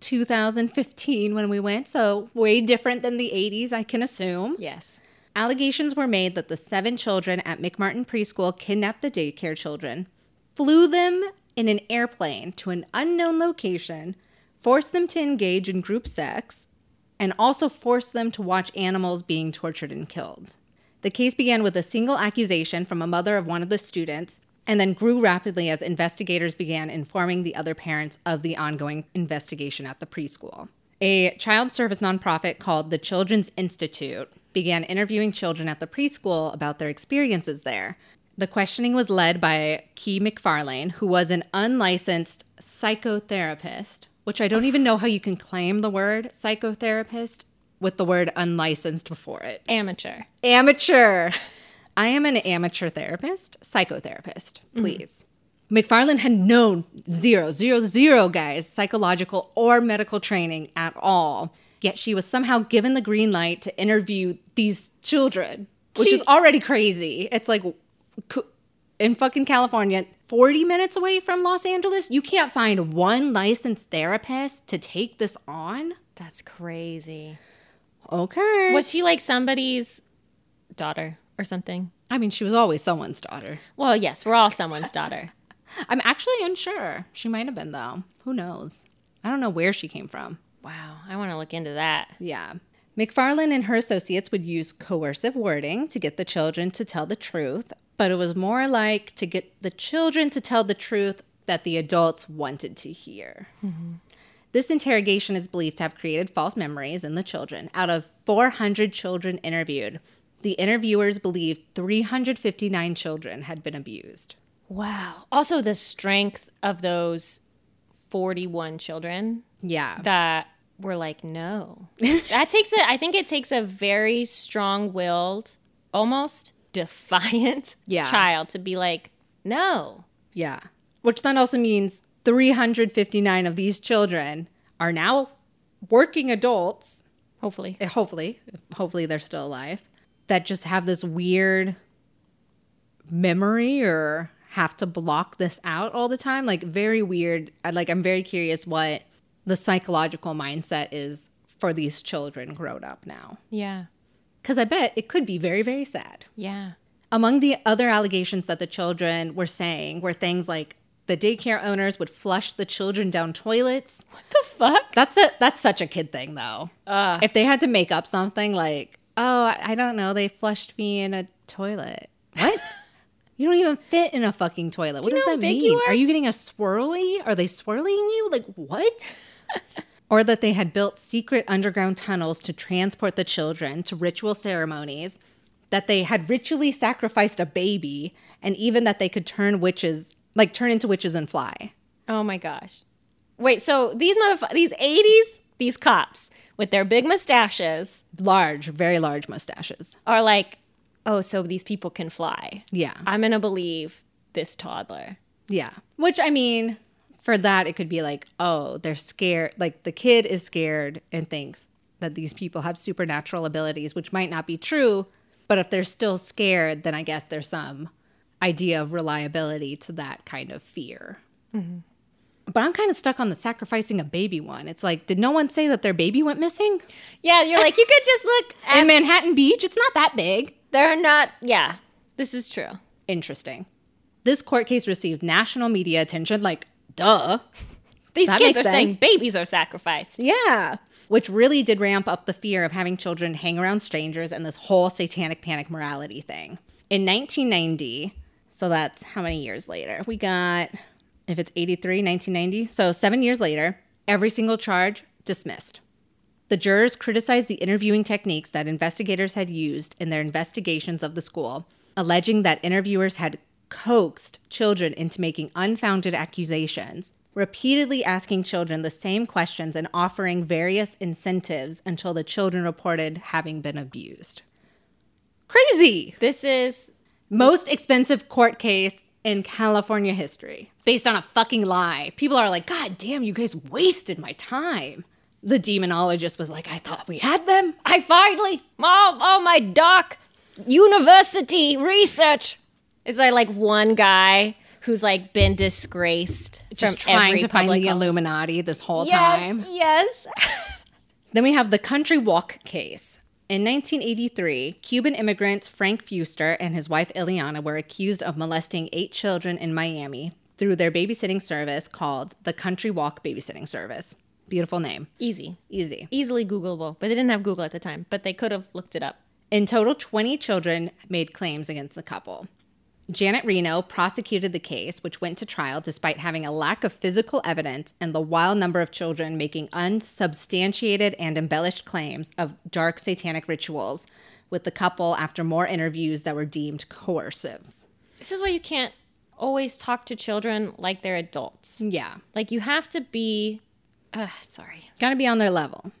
Speaker 2: 2015 when we went, so way different than the 80s, I can assume.
Speaker 1: Yes.
Speaker 2: Allegations were made that the seven children at McMartin Preschool kidnapped the daycare children, flew them in an airplane to an unknown location, forced them to engage in group sex, and also forced them to watch animals being tortured and killed. The case began with a single accusation from a mother of one of the students and then grew rapidly as investigators began informing the other parents of the ongoing investigation at the preschool. A child service nonprofit called the Children's Institute began interviewing children at the preschool about their experiences there. The questioning was led by Key McFarlane, who was an unlicensed psychotherapist, which I don't even know how you can claim the word psychotherapist with the word unlicensed before it
Speaker 1: Amateur.
Speaker 2: amateur. I am an amateur therapist, psychotherapist, please. McFarland had known zero, zero, zero guys, psychological or medical training at all. Yet she was somehow given the green light to interview these children, which
Speaker 1: She-
Speaker 2: is already crazy. It's like c- in fucking California, 40 minutes away from Los Angeles, you can't find one licensed therapist to take this on.
Speaker 1: That's crazy.
Speaker 2: Okay.
Speaker 1: Was she like somebody's daughter or something.
Speaker 2: I mean, she was always someone's daughter.
Speaker 1: Well, yes, we're all someone's daughter.
Speaker 2: I'm actually unsure. She might have been, though. Who knows? I don't know where she came from.
Speaker 1: Wow, I want to look into that.
Speaker 2: Yeah. McFarlane and her associates would use coercive wording to get the children to tell the truth, but it was more like to get the children to tell the truth that the adults wanted to hear. This interrogation is believed to have created false memories in the children. Out of 400 children interviewed, the interviewers believed 359 children had been abused.
Speaker 1: Wow. Also, the strength of those 41 children
Speaker 2: Yeah.
Speaker 1: that were like, no. That takes a, I think it takes a very strong willed, almost defiant
Speaker 2: Yeah.
Speaker 1: child to be like, no.
Speaker 2: Yeah. Which then also means 359 of these children are now working adults,
Speaker 1: Hopefully.
Speaker 2: eh, hopefully, hopefully they're still alive, that just have this weird memory or have to block this out all the time. Like, very weird. I- Like, I'm very curious what the psychological mindset is for these children grown up now.
Speaker 1: Yeah.
Speaker 2: Because I bet it could be very, very sad.
Speaker 1: Yeah.
Speaker 2: Among the other allegations that the children were saying were things like the daycare owners would flush the children down toilets.
Speaker 1: The fuck?
Speaker 2: That's a that's such a kid thing though. if they had to make up something like, "Oh, I- I don't know, they flushed me in a toilet." What? you don't even fit in a fucking toilet. What
Speaker 1: you
Speaker 2: does
Speaker 1: know how
Speaker 2: that
Speaker 1: big
Speaker 2: mean?
Speaker 1: you are?
Speaker 2: are you getting a swirly? Are they swirling you? Like what? or that they had built secret underground tunnels to transport the children to ritual ceremonies, that they had ritually sacrificed a baby, and even that they could turn witches, like turn into witches and fly.
Speaker 1: Oh my gosh. Wait, so these motherf- these 80s, these cops with their big mustaches
Speaker 2: Large, very large mustaches.
Speaker 1: are like, oh, so these people can fly.
Speaker 2: Yeah.
Speaker 1: I'm going to believe this toddler.
Speaker 2: Yeah. Which I mean, for that it could be like, oh, they're scared like the kid is scared and thinks that these people have supernatural abilities, which might not be true, but if they're still scared, then I guess there's some idea of reliability to that kind of fear. But I'm kind of stuck on the sacrificing a baby one. It's like, did no one say that their baby went missing?
Speaker 1: Yeah, you're like, you could just look at.
Speaker 2: In Manhattan Beach, it's not that big.
Speaker 1: They're not. Yeah, this is true.
Speaker 2: Interesting. This court case received national media attention, like, duh.
Speaker 1: These
Speaker 2: That
Speaker 1: kids are
Speaker 2: makes
Speaker 1: saying
Speaker 2: sense.
Speaker 1: babies are sacrificed.
Speaker 2: Yeah. Which really did ramp up the fear of having children hang around strangers and this whole satanic panic morality thing. In 1990, so that's how many years later? We got, if it's 83, 1990, so seven years later, every single charge dismissed. The jurors criticized the interviewing techniques that investigators had used in their investigations of the school, alleging that interviewers had coaxed children into making unfounded accusations, repeatedly asking children the same questions and offering various incentives until the children reported having been abused. Crazy!
Speaker 1: This is
Speaker 2: Most expensive court case in California history based on a fucking lie. People are like, God damn, you guys wasted my time. The demonologist was like, I thought we had them.
Speaker 1: I finally, mom, oh my doc, university research. Is there like one guy who's like been disgraced
Speaker 2: Just
Speaker 1: from
Speaker 2: trying
Speaker 1: every
Speaker 2: to find
Speaker 1: public
Speaker 2: the
Speaker 1: hol-
Speaker 2: Illuminati this whole
Speaker 1: Yes,
Speaker 2: time.
Speaker 1: yes.
Speaker 2: Then we have the Country Walk case. In 1983, Cuban immigrant Frank Fuster and his wife Ileana were accused of molesting eight children in Miami through their babysitting service called the Country Walk Babysitting Service. Beautiful name.
Speaker 1: Easy,
Speaker 2: Easy.
Speaker 1: easily Googleable, but they didn't have Google at the time, but they could have looked it up.
Speaker 2: In total, 20 children made claims against the couple. Janet Reno prosecuted the case, which went to trial despite having a lack of physical evidence and the wild number of children making unsubstantiated and embellished claims of dark satanic rituals with the couple after more interviews that were deemed coercive.
Speaker 1: This is why you can't always talk to children like they're adults.
Speaker 2: Yeah.
Speaker 1: Like you have to be. Uh, sorry.
Speaker 2: Got to be on their level.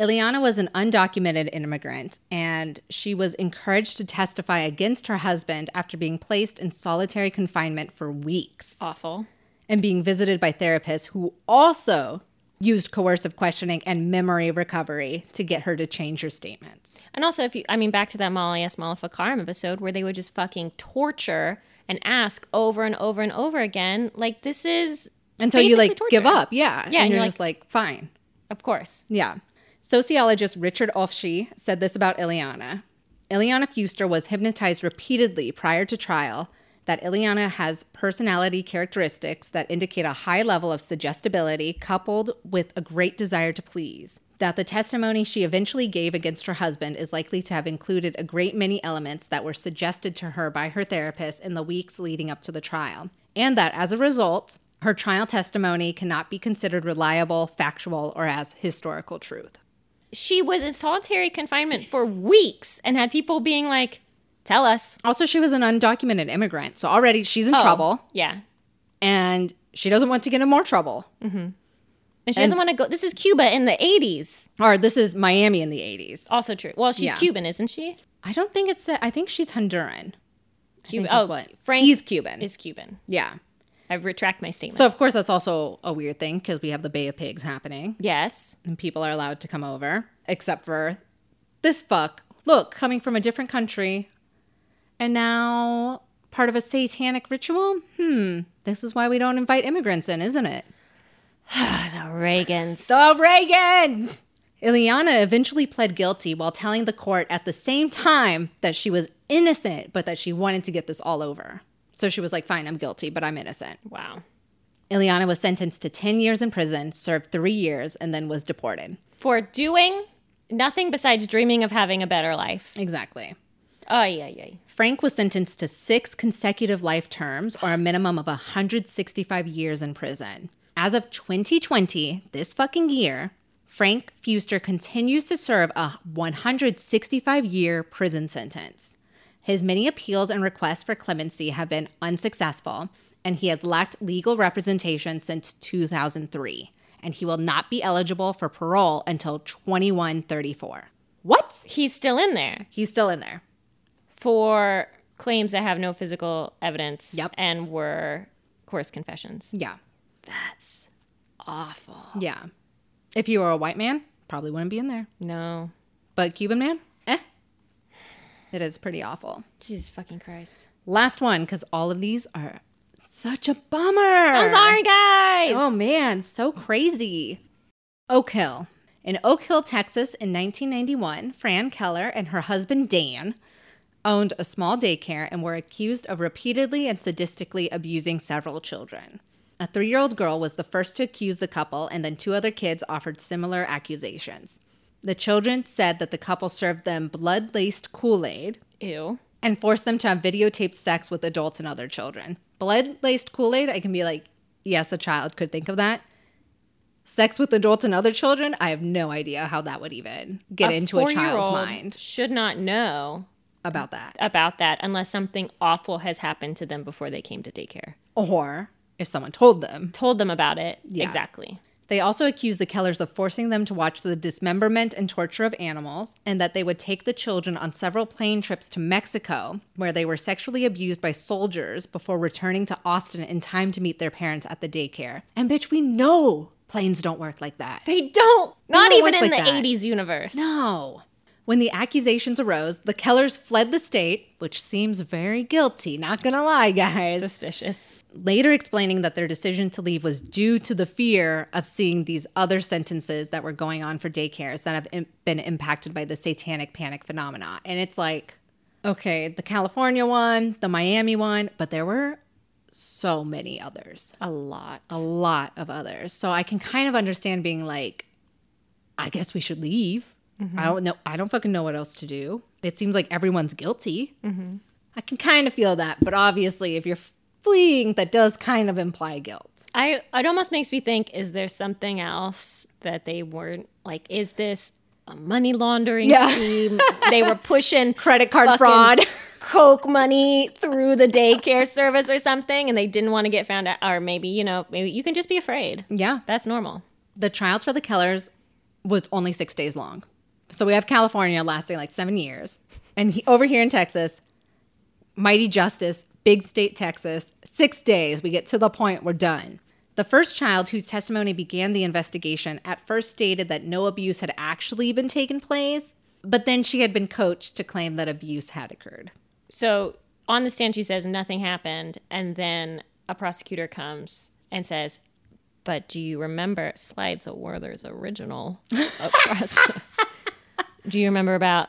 Speaker 2: Ileana was an undocumented immigrant, and she was encouraged to testify against her husband after being placed in solitary confinement for weeks.
Speaker 1: Awful.
Speaker 2: and being visited by therapists who also used coercive questioning and memory recovery to get her to change her statements.
Speaker 1: And also, if you, I mean, back to that Molly S. Malifacarum episode where they would just fucking torture and ask over and over and over again. Like, this is,
Speaker 2: Until you
Speaker 1: Basically
Speaker 2: like
Speaker 1: torture.
Speaker 2: give up.
Speaker 1: Yeah,
Speaker 2: Yeah. And,
Speaker 1: and
Speaker 2: you're,
Speaker 1: you're
Speaker 2: just like, fine.
Speaker 1: of course.
Speaker 2: Yeah. Sociologist Richard Olfshe said this about Ileana. Ileana Fuster was hypnotized repeatedly prior to trial, that Ileana has personality characteristics that indicate a high level of suggestibility coupled with a great desire to please. That the testimony she eventually gave against her husband is likely to have included a great many elements that were suggested to her by her therapist in the weeks leading up to the trial. And that as a result, her trial testimony cannot be considered reliable, factual, or as historical truth.
Speaker 1: She was in solitary confinement for weeks and had people being like, tell us.
Speaker 2: Also, she was an undocumented immigrant, so already she's
Speaker 1: Oh.
Speaker 2: in Oh. trouble
Speaker 1: Yeah.
Speaker 2: and she doesn't want to get in more trouble.
Speaker 1: And she doesn't want to go. This is Cuba in the 80s.
Speaker 2: Or this is Miami in the 80s.
Speaker 1: Also true. Well, she's
Speaker 2: Yeah.
Speaker 1: Cuban, isn't she?
Speaker 2: I don't think it's. I think she's Honduran.
Speaker 1: Cuban.
Speaker 2: think
Speaker 1: Oh,
Speaker 2: he's what-
Speaker 1: Frank
Speaker 2: he's Cuban.
Speaker 1: is Cuban.
Speaker 2: Yeah.
Speaker 1: I retract my statement.
Speaker 2: So of course that's also a weird thing because we have the Bay of Pigs happening
Speaker 1: yes.
Speaker 2: and people are allowed to come over except for this fuck. Look, coming from a different country, and now part of a satanic ritual. Hmm. This is why we don't invite immigrants in, isn't it?
Speaker 1: The Reagans.
Speaker 2: The Reagans! Ileana eventually pled guilty while telling the court at the same time that she was innocent, but that she wanted to get this all over. So she was like, fine, I'm guilty, but I'm innocent.
Speaker 1: wow.
Speaker 2: Ileana was sentenced to 10 years in prison, served three years, and then was deported.
Speaker 1: For doing nothing besides dreaming of having a better life.
Speaker 2: Exactly.
Speaker 1: Oh, yeah, yeah.
Speaker 2: Frank was sentenced to six consecutive life terms or a minimum of 165 years in prison. As of 2020, this fucking year, Frank Fuster continues to serve a 165 year prison sentence. His many appeals and requests for clemency have been unsuccessful, and he has lacked legal representation since 2003. And he will not be eligible for parole until 2134. What?
Speaker 1: He's still in there
Speaker 2: He's still in there.
Speaker 1: for claims that have no physical evidence
Speaker 2: Yep.
Speaker 1: and were coarse confessions.
Speaker 2: Yeah.
Speaker 1: That's awful.
Speaker 2: Yeah. If you were a white man, probably wouldn't be in there.
Speaker 1: No.
Speaker 2: But Cuban man, eh. It is pretty awful.
Speaker 1: Jesus fucking Christ.
Speaker 2: Last one, because all of these are such a bummer.
Speaker 1: I'm sorry, guys.
Speaker 2: Oh man, so crazy. Oak Hill. In Oak Hill, Texas, in 1991, Fran Keller and her husband Dan owned a small daycare and were accused of repeatedly and sadistically abusing several children. A three year old girl was the first to accuse the couple, and then two other kids offered similar accusations. The children said that the couple served them blood laced Kool Aid,
Speaker 1: Ew.
Speaker 2: and force them to have videotaped sex with adults and other children. Blood laced Kool Aid, I can be like, yes, a child could think of that. Sex with adults and other children, I have no idea how that would even get
Speaker 1: A
Speaker 2: into a child's
Speaker 1: four-year-old
Speaker 2: mind
Speaker 1: Should not know
Speaker 2: about that.
Speaker 1: about that unless something awful has happened to them before they came to daycare.
Speaker 2: Or if someone told them.
Speaker 1: Told them about it. Exactly.
Speaker 2: They also accused the Kellers of forcing them to watch the dismemberment and torture of animals, and that they would take the children on several plane trips to Mexico, where they were sexually abused by soldiers before returning to Austin in time to meet their parents at the daycare. And bitch, we know planes don't work like that.
Speaker 1: They don't. Not
Speaker 2: don't
Speaker 1: even
Speaker 2: work
Speaker 1: in
Speaker 2: like
Speaker 1: the
Speaker 2: that.
Speaker 1: 80s universe.
Speaker 2: No. When the accusations arose, the Kellers fled the state, which seems very guilty, not gonna lie, guys.
Speaker 1: Suspicious.
Speaker 2: later explaining that their decision to leave was due to the fear of seeing these other sentences that were going on for daycares that have Im- been impacted by the satanic panic phenomena. And it's like, okay, the California one, the Miami one, but there were so many others,
Speaker 1: A lot.
Speaker 2: a lot of others. So I can kind of understand being like, I guess we should leave. I don't know. I don't fucking know what else to do. It seems like everyone's guilty. I can kind of feel that, but obviously, if you're fleeing, that does kind of imply guilt.
Speaker 1: I it almost makes me think is there something else that they weren't like is this a money laundering
Speaker 2: Yeah.
Speaker 1: scheme? they were pushing
Speaker 2: Credit card
Speaker 1: fucking
Speaker 2: fraud.
Speaker 1: coke money through the daycare service or something and they didn't want to get found out or maybe, you know, maybe you can just be afraid.
Speaker 2: Yeah.
Speaker 1: That's normal.
Speaker 2: The trials for the killers was only six days long. So we have California lasting like seven years. And he, over here in Texas, mighty justice, big state Texas, six days, we get to the point, we're done. The first child whose testimony began the investigation at first stated that no abuse had actually been taken place, but then she had been coached to claim that abuse had occurred.
Speaker 1: So on the stand, she says nothing happened, and then a prosecutor comes and says, "But do you remember?" Slides a Werther's original across. the- do you remember about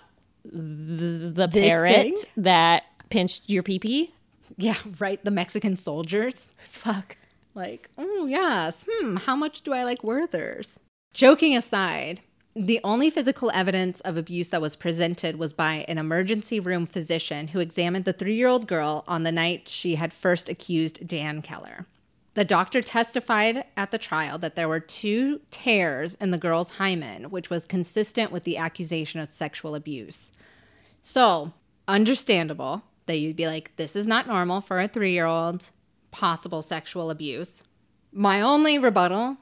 Speaker 1: th- the
Speaker 2: This
Speaker 1: parrot
Speaker 2: thing?
Speaker 1: that pinched your pee pee.
Speaker 2: Yeah, right. The Mexican soldiers.
Speaker 1: Fuck.
Speaker 2: Like, oh, yes. Hmm, how much do I like Werther's? Joking aside, the only physical evidence of abuse that was presented was by an emergency room physician who examined the three year old girl on the night she had first accused Dan Keller. The doctor testified at the trial that there were two tears in the girl's hymen, which was consistent with the accusation of sexual abuse. So, understandable that you'd be like, this is not normal for a three year old, possible sexual abuse. My only rebuttal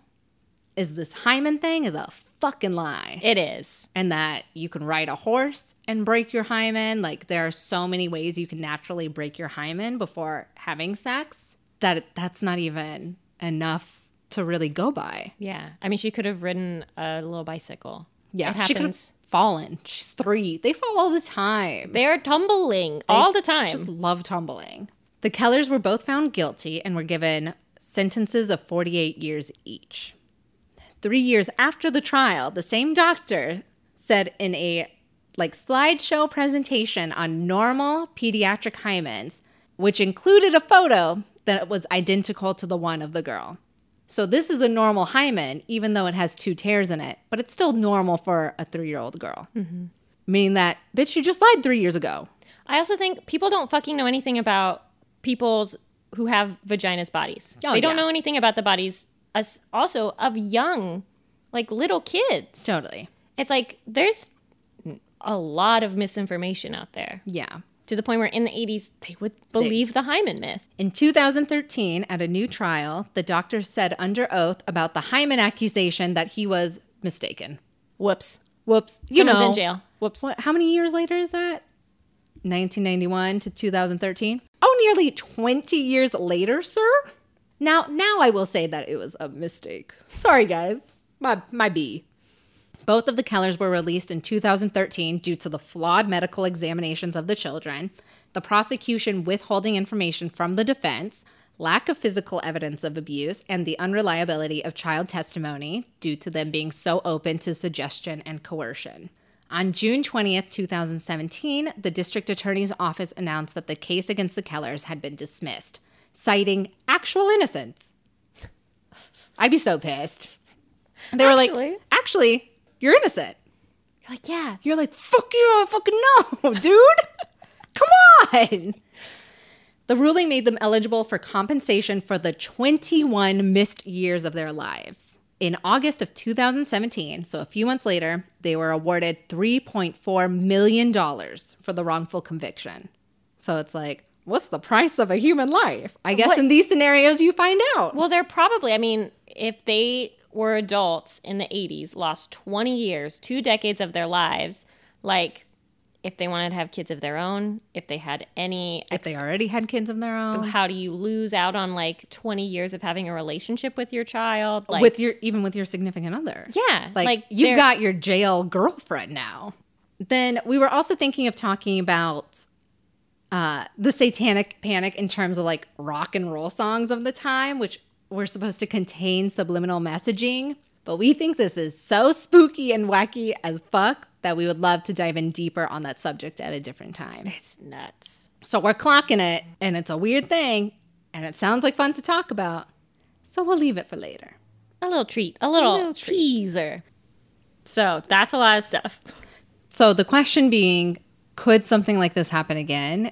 Speaker 2: is this hymen thing is a fucking lie.
Speaker 1: It is.
Speaker 2: And that you can ride a horse and break your hymen. Like, there are so many ways you can naturally break your hymen before having sex that it- that's not even enough to really go by.
Speaker 1: Yeah. I mean, she could have ridden a little bicycle.
Speaker 2: Yeah,
Speaker 1: It
Speaker 2: she could have
Speaker 1: happens.
Speaker 2: fallen. She's three. They fall all the time.
Speaker 1: They are tumbling all the time.
Speaker 2: just love tumbling. The Kellers were both found guilty and were given sentences of 48 years each. Three years after the trial, the same doctor said in a like slideshow presentation on normal pediatric hymens, which included a photo that was identical to the one of the girl. So this is a normal hymen, even though it has two tears in it, but it's still normal for a three-year-old girl. Meaning that, bitch, you just lied three years ago.
Speaker 1: I also think people don't fucking know anything about people's who have vaginas bodies.
Speaker 2: Oh,
Speaker 1: they don't
Speaker 2: yeah.
Speaker 1: know anything about the bodies as also of young, like little kids.
Speaker 2: Totally.
Speaker 1: It's like there's a lot of misinformation out there
Speaker 2: Yeah.
Speaker 1: to the point where in the 80s they would believe the hymen myth.
Speaker 2: In 2013, at a new trial, the doctor said under oath about the hymen accusation that he was mistaken.
Speaker 1: Whoops.
Speaker 2: Whoops. You
Speaker 1: Someone's
Speaker 2: know,
Speaker 1: in jail. Whoops.
Speaker 2: What, how many years later is that? 1991 to 2013. Oh, nearly 20 years later, sir. Now, now I will say that it was a mistake. Sorry, guys. My my B. Both of the Kellers were released in 2013 due to the flawed medical examinations of the children, the prosecution withholding information from the defense, lack of physical evidence of abuse, and the unreliability of child testimony due to them being so open to suggestion and coercion. On June 20th, 2017, the district attorney's office announced that the case against the Kellers had been dismissed, citing actual innocence. I'd be so pissed. They were
Speaker 1: Actually?
Speaker 2: like, actually, you're innocent.
Speaker 1: You're like, yeah.
Speaker 2: You're like, fuck you, I fucking know, dude. Come on. The ruling made them eligible for compensation for the 21 missed years of their lives. In August of 2017, so a few months later, they were awarded $3.4 million for the wrongful conviction. So it's like, what's the price of a human life? I guess
Speaker 1: What-
Speaker 2: in these scenarios, you find out.
Speaker 1: Well, they're probably, I mean, if they were adults in the 80s, lost 20 years, two decades of their lives, like if they wanted to have kids of their own, if they had any,
Speaker 2: if they already had kids of their own,
Speaker 1: how do you lose out on like 20 years of having a relationship with your child? Like,
Speaker 2: with your even with your significant other,
Speaker 1: yeah,
Speaker 2: Like,
Speaker 1: they're-
Speaker 2: you've got your jail girlfriend now. Then we were also thinking of talking about uh, the satanic panic in terms of like rock and roll songs of the time, which were supposed to contain subliminal messaging. But we think this is so spooky and wacky as fuck that we would love to dive in deeper on that subject at a different time.
Speaker 1: it's nuts.
Speaker 2: So we're clocking it, and it's a weird thing, and it sounds like fun to talk about. So we'll leave it for later.
Speaker 1: A little treat, a little,
Speaker 2: little treat.
Speaker 1: teaser. So that's a lot of stuff.
Speaker 2: So the question being, could something like this happen again?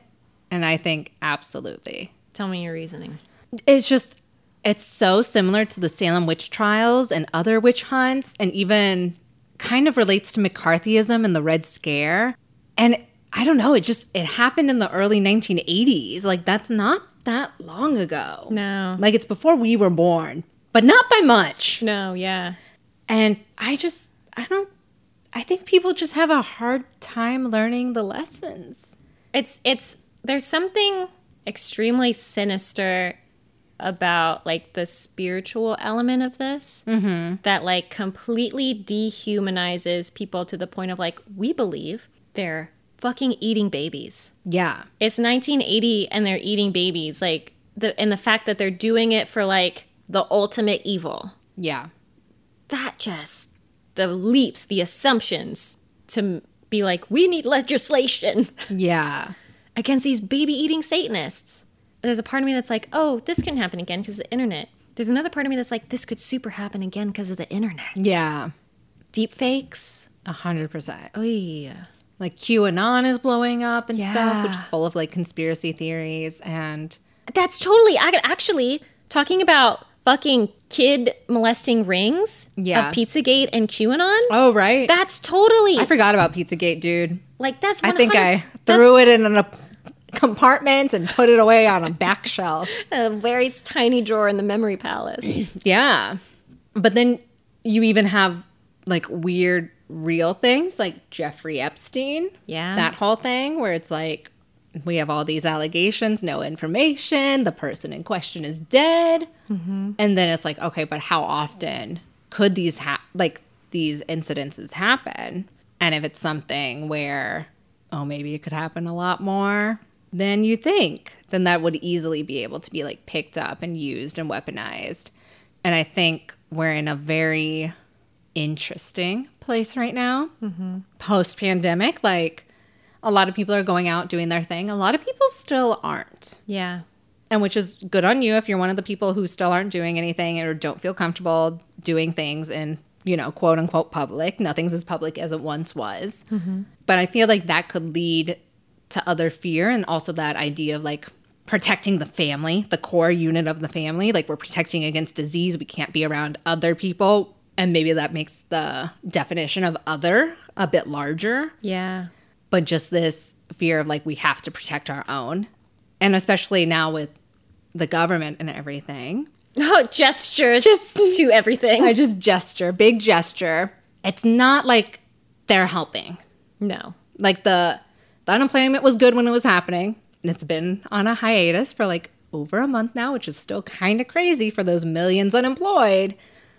Speaker 2: And I think absolutely.
Speaker 1: Tell me your reasoning.
Speaker 2: It's just it's so similar to the Salem witch trials and other witch hunts and even kind of relates to McCarthyism and the Red Scare. And I don't know, it just it happened in the early 1980s. Like that's not that long ago.
Speaker 1: No.
Speaker 2: Like it's before we were born, but not by much.
Speaker 1: No, yeah.
Speaker 2: And I just, I don't, I think people just have a hard time learning the lessons.
Speaker 1: it's it's there's something extremely sinister about like the spiritual element of this that like completely dehumanizes people to the point of like we believe they're fucking eating babies
Speaker 2: Yeah.
Speaker 1: it's 1980 and they're eating babies like the and the fact that they're doing it for like the ultimate evil
Speaker 2: Yeah.
Speaker 1: that just the leaps the assumptions to be like, we need legislation
Speaker 2: Yeah.
Speaker 1: against these baby eating Satanists. There's a part of me that's like, oh, this can happen again because of the internet. There's another part of me that's like, this could super happen again because of the internet.
Speaker 2: Yeah.
Speaker 1: Deep fakes.
Speaker 2: A hundred percent.
Speaker 1: Oh, yeah.
Speaker 2: Like QAnon is blowing up and stuff, which
Speaker 1: Yeah.
Speaker 2: is full of like conspiracy theories and
Speaker 1: That's totally I could actually talking about fucking kid molesting rings
Speaker 2: Yeah.
Speaker 1: of Pizzagate and QAnon.
Speaker 2: Oh right.
Speaker 1: That's totally
Speaker 2: I forgot about Pizzagate, dude.
Speaker 1: like that's.
Speaker 2: I think I
Speaker 1: 100
Speaker 2: threw it in an ap- compartment and put it away on a back shelf.
Speaker 1: that's a very tiny drawer in the memory palace.
Speaker 2: Yeah. But then you even have like weird real things like Jeffrey Epstein.
Speaker 1: Yeah.
Speaker 2: That whole thing where it's like we have all these allegations, no information, the person in question is dead. And then it's like, okay, but how often could these ha- like these incidences happen? And if it's something where oh, maybe it could happen a lot more than you think, then that would easily be able to be like picked up and used and weaponized. And I think we're in a very interesting place right now, post pandemic. Like a lot of people are going out doing their thing, a lot of people still aren't.
Speaker 1: yeah,
Speaker 2: And which is good on you if you're one of the people who still aren't doing anything or don't feel comfortable doing things in, you know, quote unquote public. Nothing's as public as it once was. But I feel like that could lead to other fear and also that idea of like protecting the family, the core unit of the family. Like we're protecting against disease. We can't be around other people. And maybe that makes the definition of other a bit larger
Speaker 1: yeah,
Speaker 2: but just this fear of like we have to protect our own and especially now with the government and everything
Speaker 1: no gestures to everything.
Speaker 2: i just gesture big gesture it's not like they're helping
Speaker 1: no,
Speaker 2: like the the unemployment was good when it was happening it's been on a hiatus for like over a month now which is still kind of crazy for those millions unemployed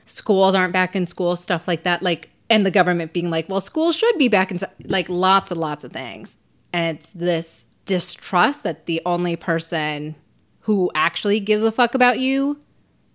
Speaker 2: schools aren't back in school stuff like that like and the government being like well schools should be back in s- like lots and lots of things and it's this distrust that the only person who actually gives a fuck about you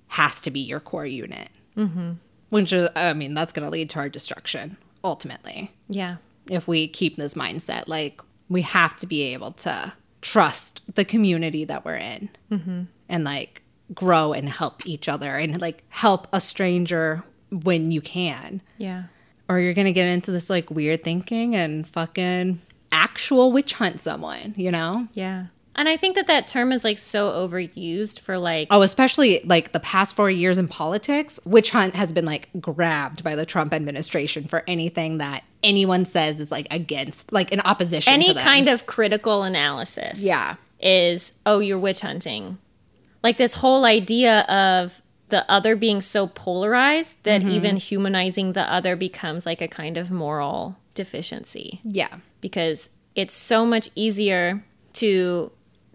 Speaker 2: has to be your core unit mm-hmm. which is i mean that's going to lead to our destruction ultimately
Speaker 1: yeah,
Speaker 2: if we keep this mindset. Like, we have to be able to trust the community that we're in
Speaker 1: Mm-hmm.
Speaker 2: and like grow and help each other and like help a stranger when you can.
Speaker 1: yeah,
Speaker 2: Or you're going to get into this like weird thinking and fucking actual witch hunt someone, you know?
Speaker 1: yeah. And I think that that term is like so overused for like
Speaker 2: Oh, especially like the past four years in politics, witch hunt has been like grabbed by the Trump administration for anything that anyone says is like against, like in opposition to
Speaker 1: any
Speaker 2: them.
Speaker 1: kind of critical analysis
Speaker 2: Yeah.
Speaker 1: is oh you're witch hunting like this whole idea of the other being so polarized that
Speaker 2: Mm-hmm.
Speaker 1: even humanizing the other becomes like a kind of moral deficiency
Speaker 2: yeah.
Speaker 1: because it's so much easier to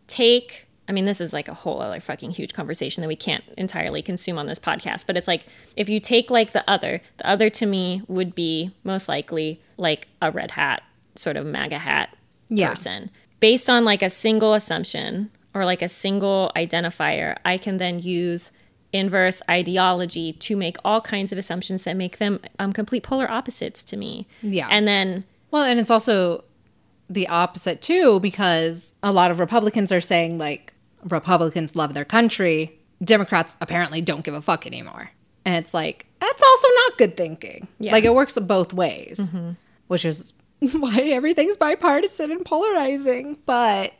Speaker 1: take I mean this is like a whole other fucking huge conversation that we can't entirely consume on this podcast but it's like if you take like the other the other to me would be most likely like a red hat sort of maga hat
Speaker 2: Yeah.
Speaker 1: person based on like a single assumption or like a single identifier I can then use inverse ideology to make all kinds of assumptions that make them um, complete polar opposites to me
Speaker 2: Yeah.
Speaker 1: and then
Speaker 2: Well, and it's also the opposite too, because a lot of Republicans are saying like Republicans love their country, Democrats apparently don't give a fuck anymore, and it's like that's also not good thinking.
Speaker 1: Yeah.
Speaker 2: Like it works both ways, which is why everything's bipartisan and polarizing. But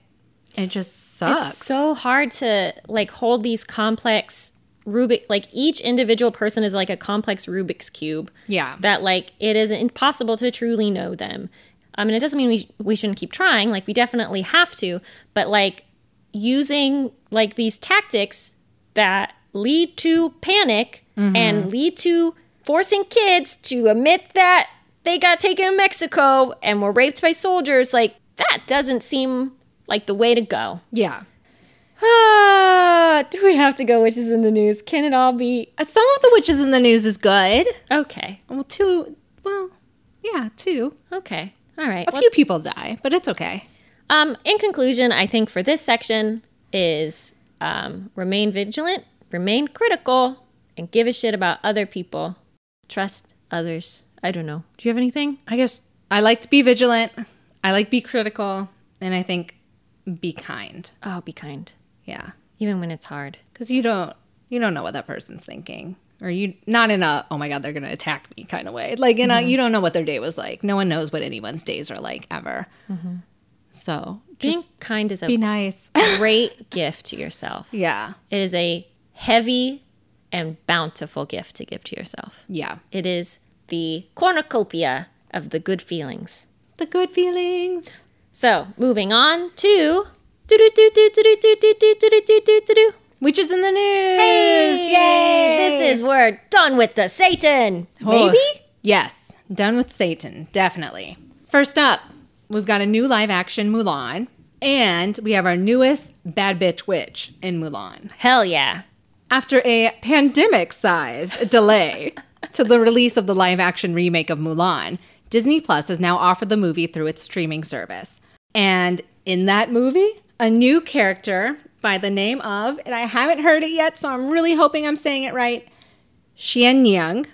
Speaker 2: it just sucks.
Speaker 1: It's so hard to like hold these complex Rubik. Like each individual person is like a complex Rubik's cube.
Speaker 2: Yeah.
Speaker 1: That like it is impossible to truly know them. I mean, it doesn't mean we we shouldn't keep trying. Like we definitely have to, but like using like these tactics that lead to panic and lead to forcing kids to admit that they got taken in Mexico and were raped by soldiers. Like that doesn't seem like the way to go.
Speaker 2: yeah.
Speaker 1: Ah, do we have to go witches in the news? Can it all be
Speaker 2: Uh, Some of the witches in the news is good.
Speaker 1: okay?
Speaker 2: Well, two. Well, yeah, two.
Speaker 1: Okay, all right.
Speaker 2: A few people die, but it's okay.
Speaker 1: Um, in conclusion, I think for this section is um, remain vigilant, remain critical, and give a shit about other people. Trust others. I don't know. Do you have anything?
Speaker 2: I guess I like to be vigilant. I like be critical, and I think be kind.
Speaker 1: Oh, be kind,
Speaker 2: Yeah,
Speaker 1: even when it's hard.
Speaker 2: because you don't you don't know what that person's thinking, or you not in a oh my god they're gonna attack me kind of way. Like in a you don't know what their day was like. No one knows what anyone's days are like ever. So
Speaker 1: Being
Speaker 2: just
Speaker 1: kind is a
Speaker 2: Mm-hmm. be nice.
Speaker 1: great gift to yourself.
Speaker 2: yeah,
Speaker 1: It is a heavy and bountiful gift to give to yourself.
Speaker 2: yeah.
Speaker 1: It is the cornucopia of the good feelings.
Speaker 2: The good feelings.
Speaker 1: So, moving on to do-do-do-do-do-do-do-do-do-do-do-do-do.
Speaker 2: which is in the news.
Speaker 1: This is we're done with the Satan.
Speaker 2: Oh,
Speaker 1: Maybe?
Speaker 2: yes. Done with Satan, definitely. First up, we've got a new live action Mulan, and we have our newest bad bitch witch in Mulan.
Speaker 1: Hell yeah.
Speaker 2: After a pandemic sized delay to the release of the live action remake of Mulan, Disney Plus has now offered the movie through its streaming service. And in that movie, a new character by the name of, and I haven't heard it yet, so I'm really hoping I'm saying it right, Xian Yang,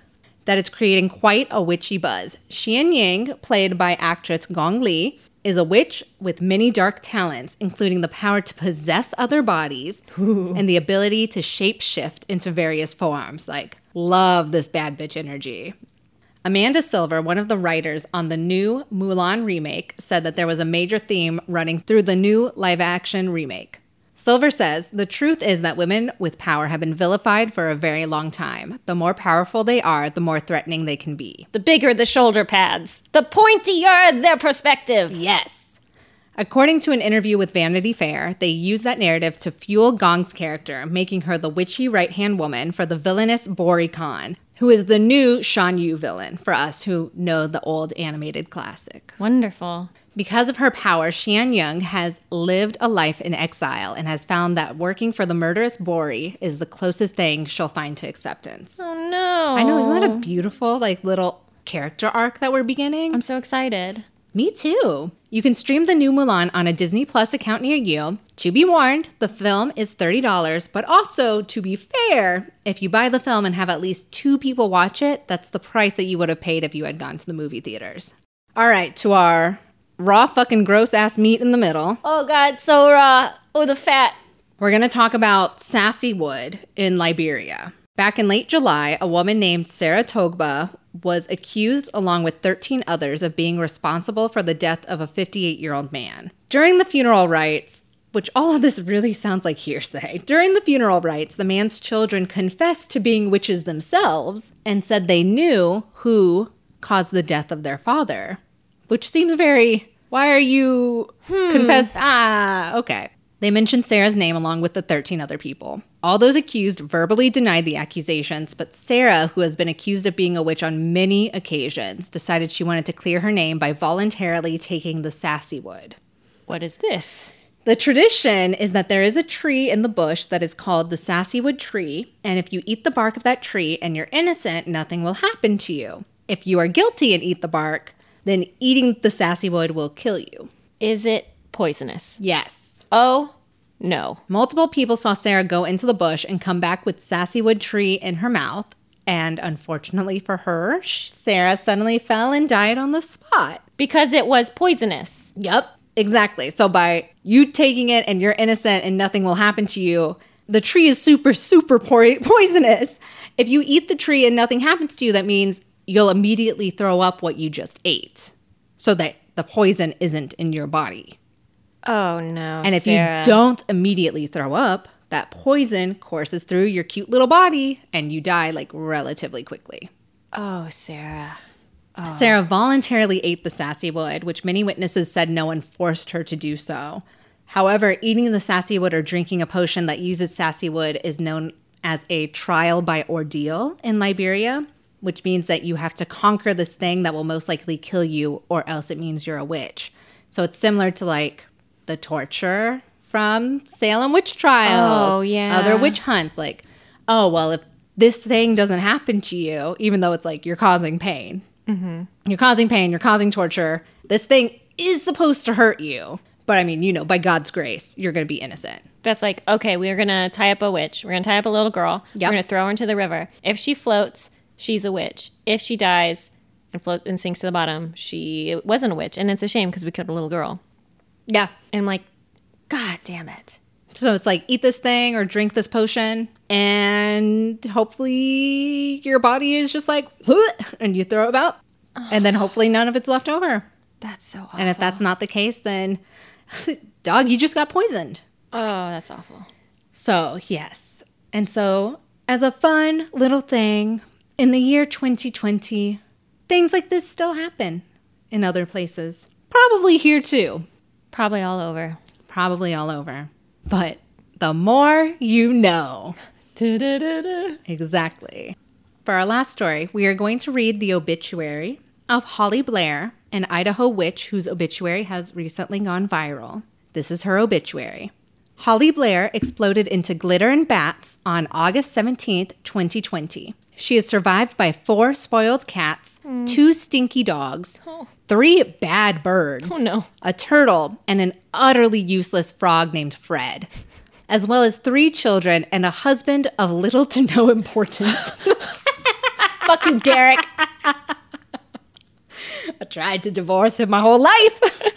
Speaker 2: that is creating quite a witchy buzz. Xian Yang, played by actress Gong Li, is a witch with many dark talents, including the power to possess other bodies and the ability to shapeshift into various forms. Like, love this bad bitch energy. Amanda Silver, one of the writers on the new Mulan remake, said that there was a major theme running through the new live action remake. Silver says, The truth is that women with power have been vilified for a very long time. The more powerful they are, the more threatening they can be.
Speaker 1: The bigger the shoulder pads, the pointier their perspective.
Speaker 2: Yes. According to an interview with Vanity Fair, they use that narrative to fuel Gong's character, making her the witchy right hand woman for the villainous Bori Khan, who is the new Shan Yu villain for us who know the old animated classic.
Speaker 1: Wonderful.
Speaker 2: Because of her power, Xian Yang has lived a life in exile and has found that working for the murderous Bori is the closest thing she'll find to acceptance.
Speaker 1: Oh no.
Speaker 2: I know, isn't that a beautiful, like, little character arc that we're beginning?
Speaker 1: I'm so excited.
Speaker 2: Me too. You can stream the new Mulan on a Disney Plus account near you. To be warned, the film is $30, but also, to be fair, if you buy the film and have at least two people watch it, that's the price that you would have paid if you had gone to the movie theaters. All right, to our raw fucking gross ass meat in the middle,
Speaker 1: Oh god, so raw. Oh the fat.
Speaker 2: we're gonna talk about Sassy Wood in Liberia. Back in late July, a woman named Sarah Togba was accused, along with 13 others, of being responsible for the death of a 58 year old man. During the funeral rites, which all of this really sounds like hearsay, during the funeral rites, the man's children confessed to being witches themselves and said they knew who caused the death of their father, which seems very, why are you confessed? Ah, okay. They mentioned Sarah's name along with the 13 other people. All those accused verbally denied the accusations, but Sarah, who has been accused of being a witch on many occasions, decided she wanted to clear her name by voluntarily taking the sassy wood.
Speaker 1: What is this?
Speaker 2: The tradition is that there is a tree in the bush that is called the Sassywood tree, and if you eat the bark of that tree and you're innocent, nothing will happen to you. If you are guilty and eat the bark, then eating the Sassywood will kill you.
Speaker 1: Is it poisonous?
Speaker 2: Yes.
Speaker 1: Oh no.
Speaker 2: Multiple people saw Sarah go into the bush and come back with Sassywood tree in her mouth. And unfortunately for her, sh- Sarah suddenly fell and died on the spot.
Speaker 1: Because it was poisonous.
Speaker 2: Yep. Exactly. So by you taking it and you're innocent and nothing will happen to you, the tree is super, super po- poisonous. If you eat the tree and nothing happens to you, that means you'll immediately throw up what you just ate so that the poison isn't in your body.
Speaker 1: Oh no.
Speaker 2: And if
Speaker 1: Sarah.
Speaker 2: you don't immediately throw up, that poison courses through your cute little body and you die like relatively quickly.
Speaker 1: Oh, Sarah.
Speaker 2: Sarah voluntarily ate the sassy wood, which many witnesses said no one forced her to do so. However, eating the sassy wood or drinking a potion that uses sassy wood is known as a trial by ordeal in Liberia, which means that you have to conquer this thing that will most likely kill you, or else it means you're a witch. So it's similar to like the torture from Salem witch trials,
Speaker 1: Oh, yeah.
Speaker 2: other witch hunts. Like, oh well, if this thing doesn't happen to you, even though it's like you're causing pain, you're causing pain, you're causing torture. This thing is supposed to hurt you. But I mean, you know, by God's grace, you're going to be innocent.
Speaker 1: That's like, okay, we're going to tie up a witch. We're going to tie up a little girl.
Speaker 2: Yep.
Speaker 1: We're going to throw her into the river. If she floats, she's a witch. If she dies, and floats and sinks to the bottom. She wasn't a witch, and it's a shame because we killed a little girl.
Speaker 2: Yeah.
Speaker 1: And I'm like, God damn it.
Speaker 2: So it's like eat this thing or drink this potion, and hopefully your body is just like, "Huh," and you throw it out, and then hopefully none of it's left over.
Speaker 1: That's so awful.
Speaker 2: And if that's not the case, then dog, you just got poisoned.
Speaker 1: oh, that's awful.
Speaker 2: So, yes. And so, as a fun little thing, in the year 2020, things like this still happen in other places. Probably here too,
Speaker 1: Probably all over.
Speaker 2: probably all over. But the more you know.
Speaker 1: Da-da-da-da.
Speaker 2: Exactly. For our last story, we are going to read the obituary of Holly Blair, an Idaho witch whose obituary has recently gone viral. This is her obituary. Holly Blair exploded into glitter and bats on August 17th, 2020. She is survived by four spoiled cats,
Speaker 1: Mm.
Speaker 2: two stinky dogs, three bad birds,
Speaker 1: Oh, no.
Speaker 2: a turtle, and an utterly useless frog named Fred, as well as three children and a husband of little to no importance.
Speaker 1: Fuck you, Derek.
Speaker 2: I tried to divorce him my whole life.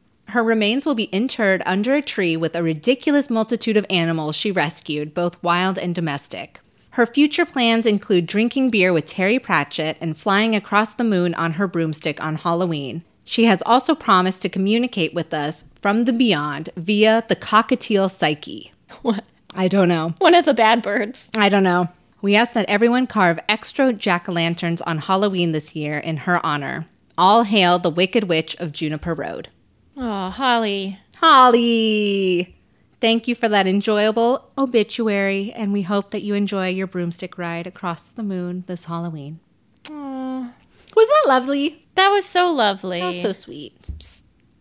Speaker 2: Her remains will be interred under a tree with a ridiculous multitude of animals she rescued, both wild and domestic. Her future plans include drinking beer with Terry Pratchett and flying across the moon on her broomstick on Halloween. She has also promised to communicate with us from the beyond via the cockatiel psyche.
Speaker 1: What?
Speaker 2: I don't know.
Speaker 1: One of the bad birds.
Speaker 2: I don't know. We ask that everyone carve extra jack o' lanterns on Halloween this year in her honor. All hail the Wicked Witch of Juniper Road.
Speaker 1: Oh, Holly.
Speaker 2: Holly! Thank you for that enjoyable obituary, and we hope that you enjoy your broomstick ride across the moon this Halloween. Was that lovely?
Speaker 1: That was so lovely.
Speaker 2: That was so sweet.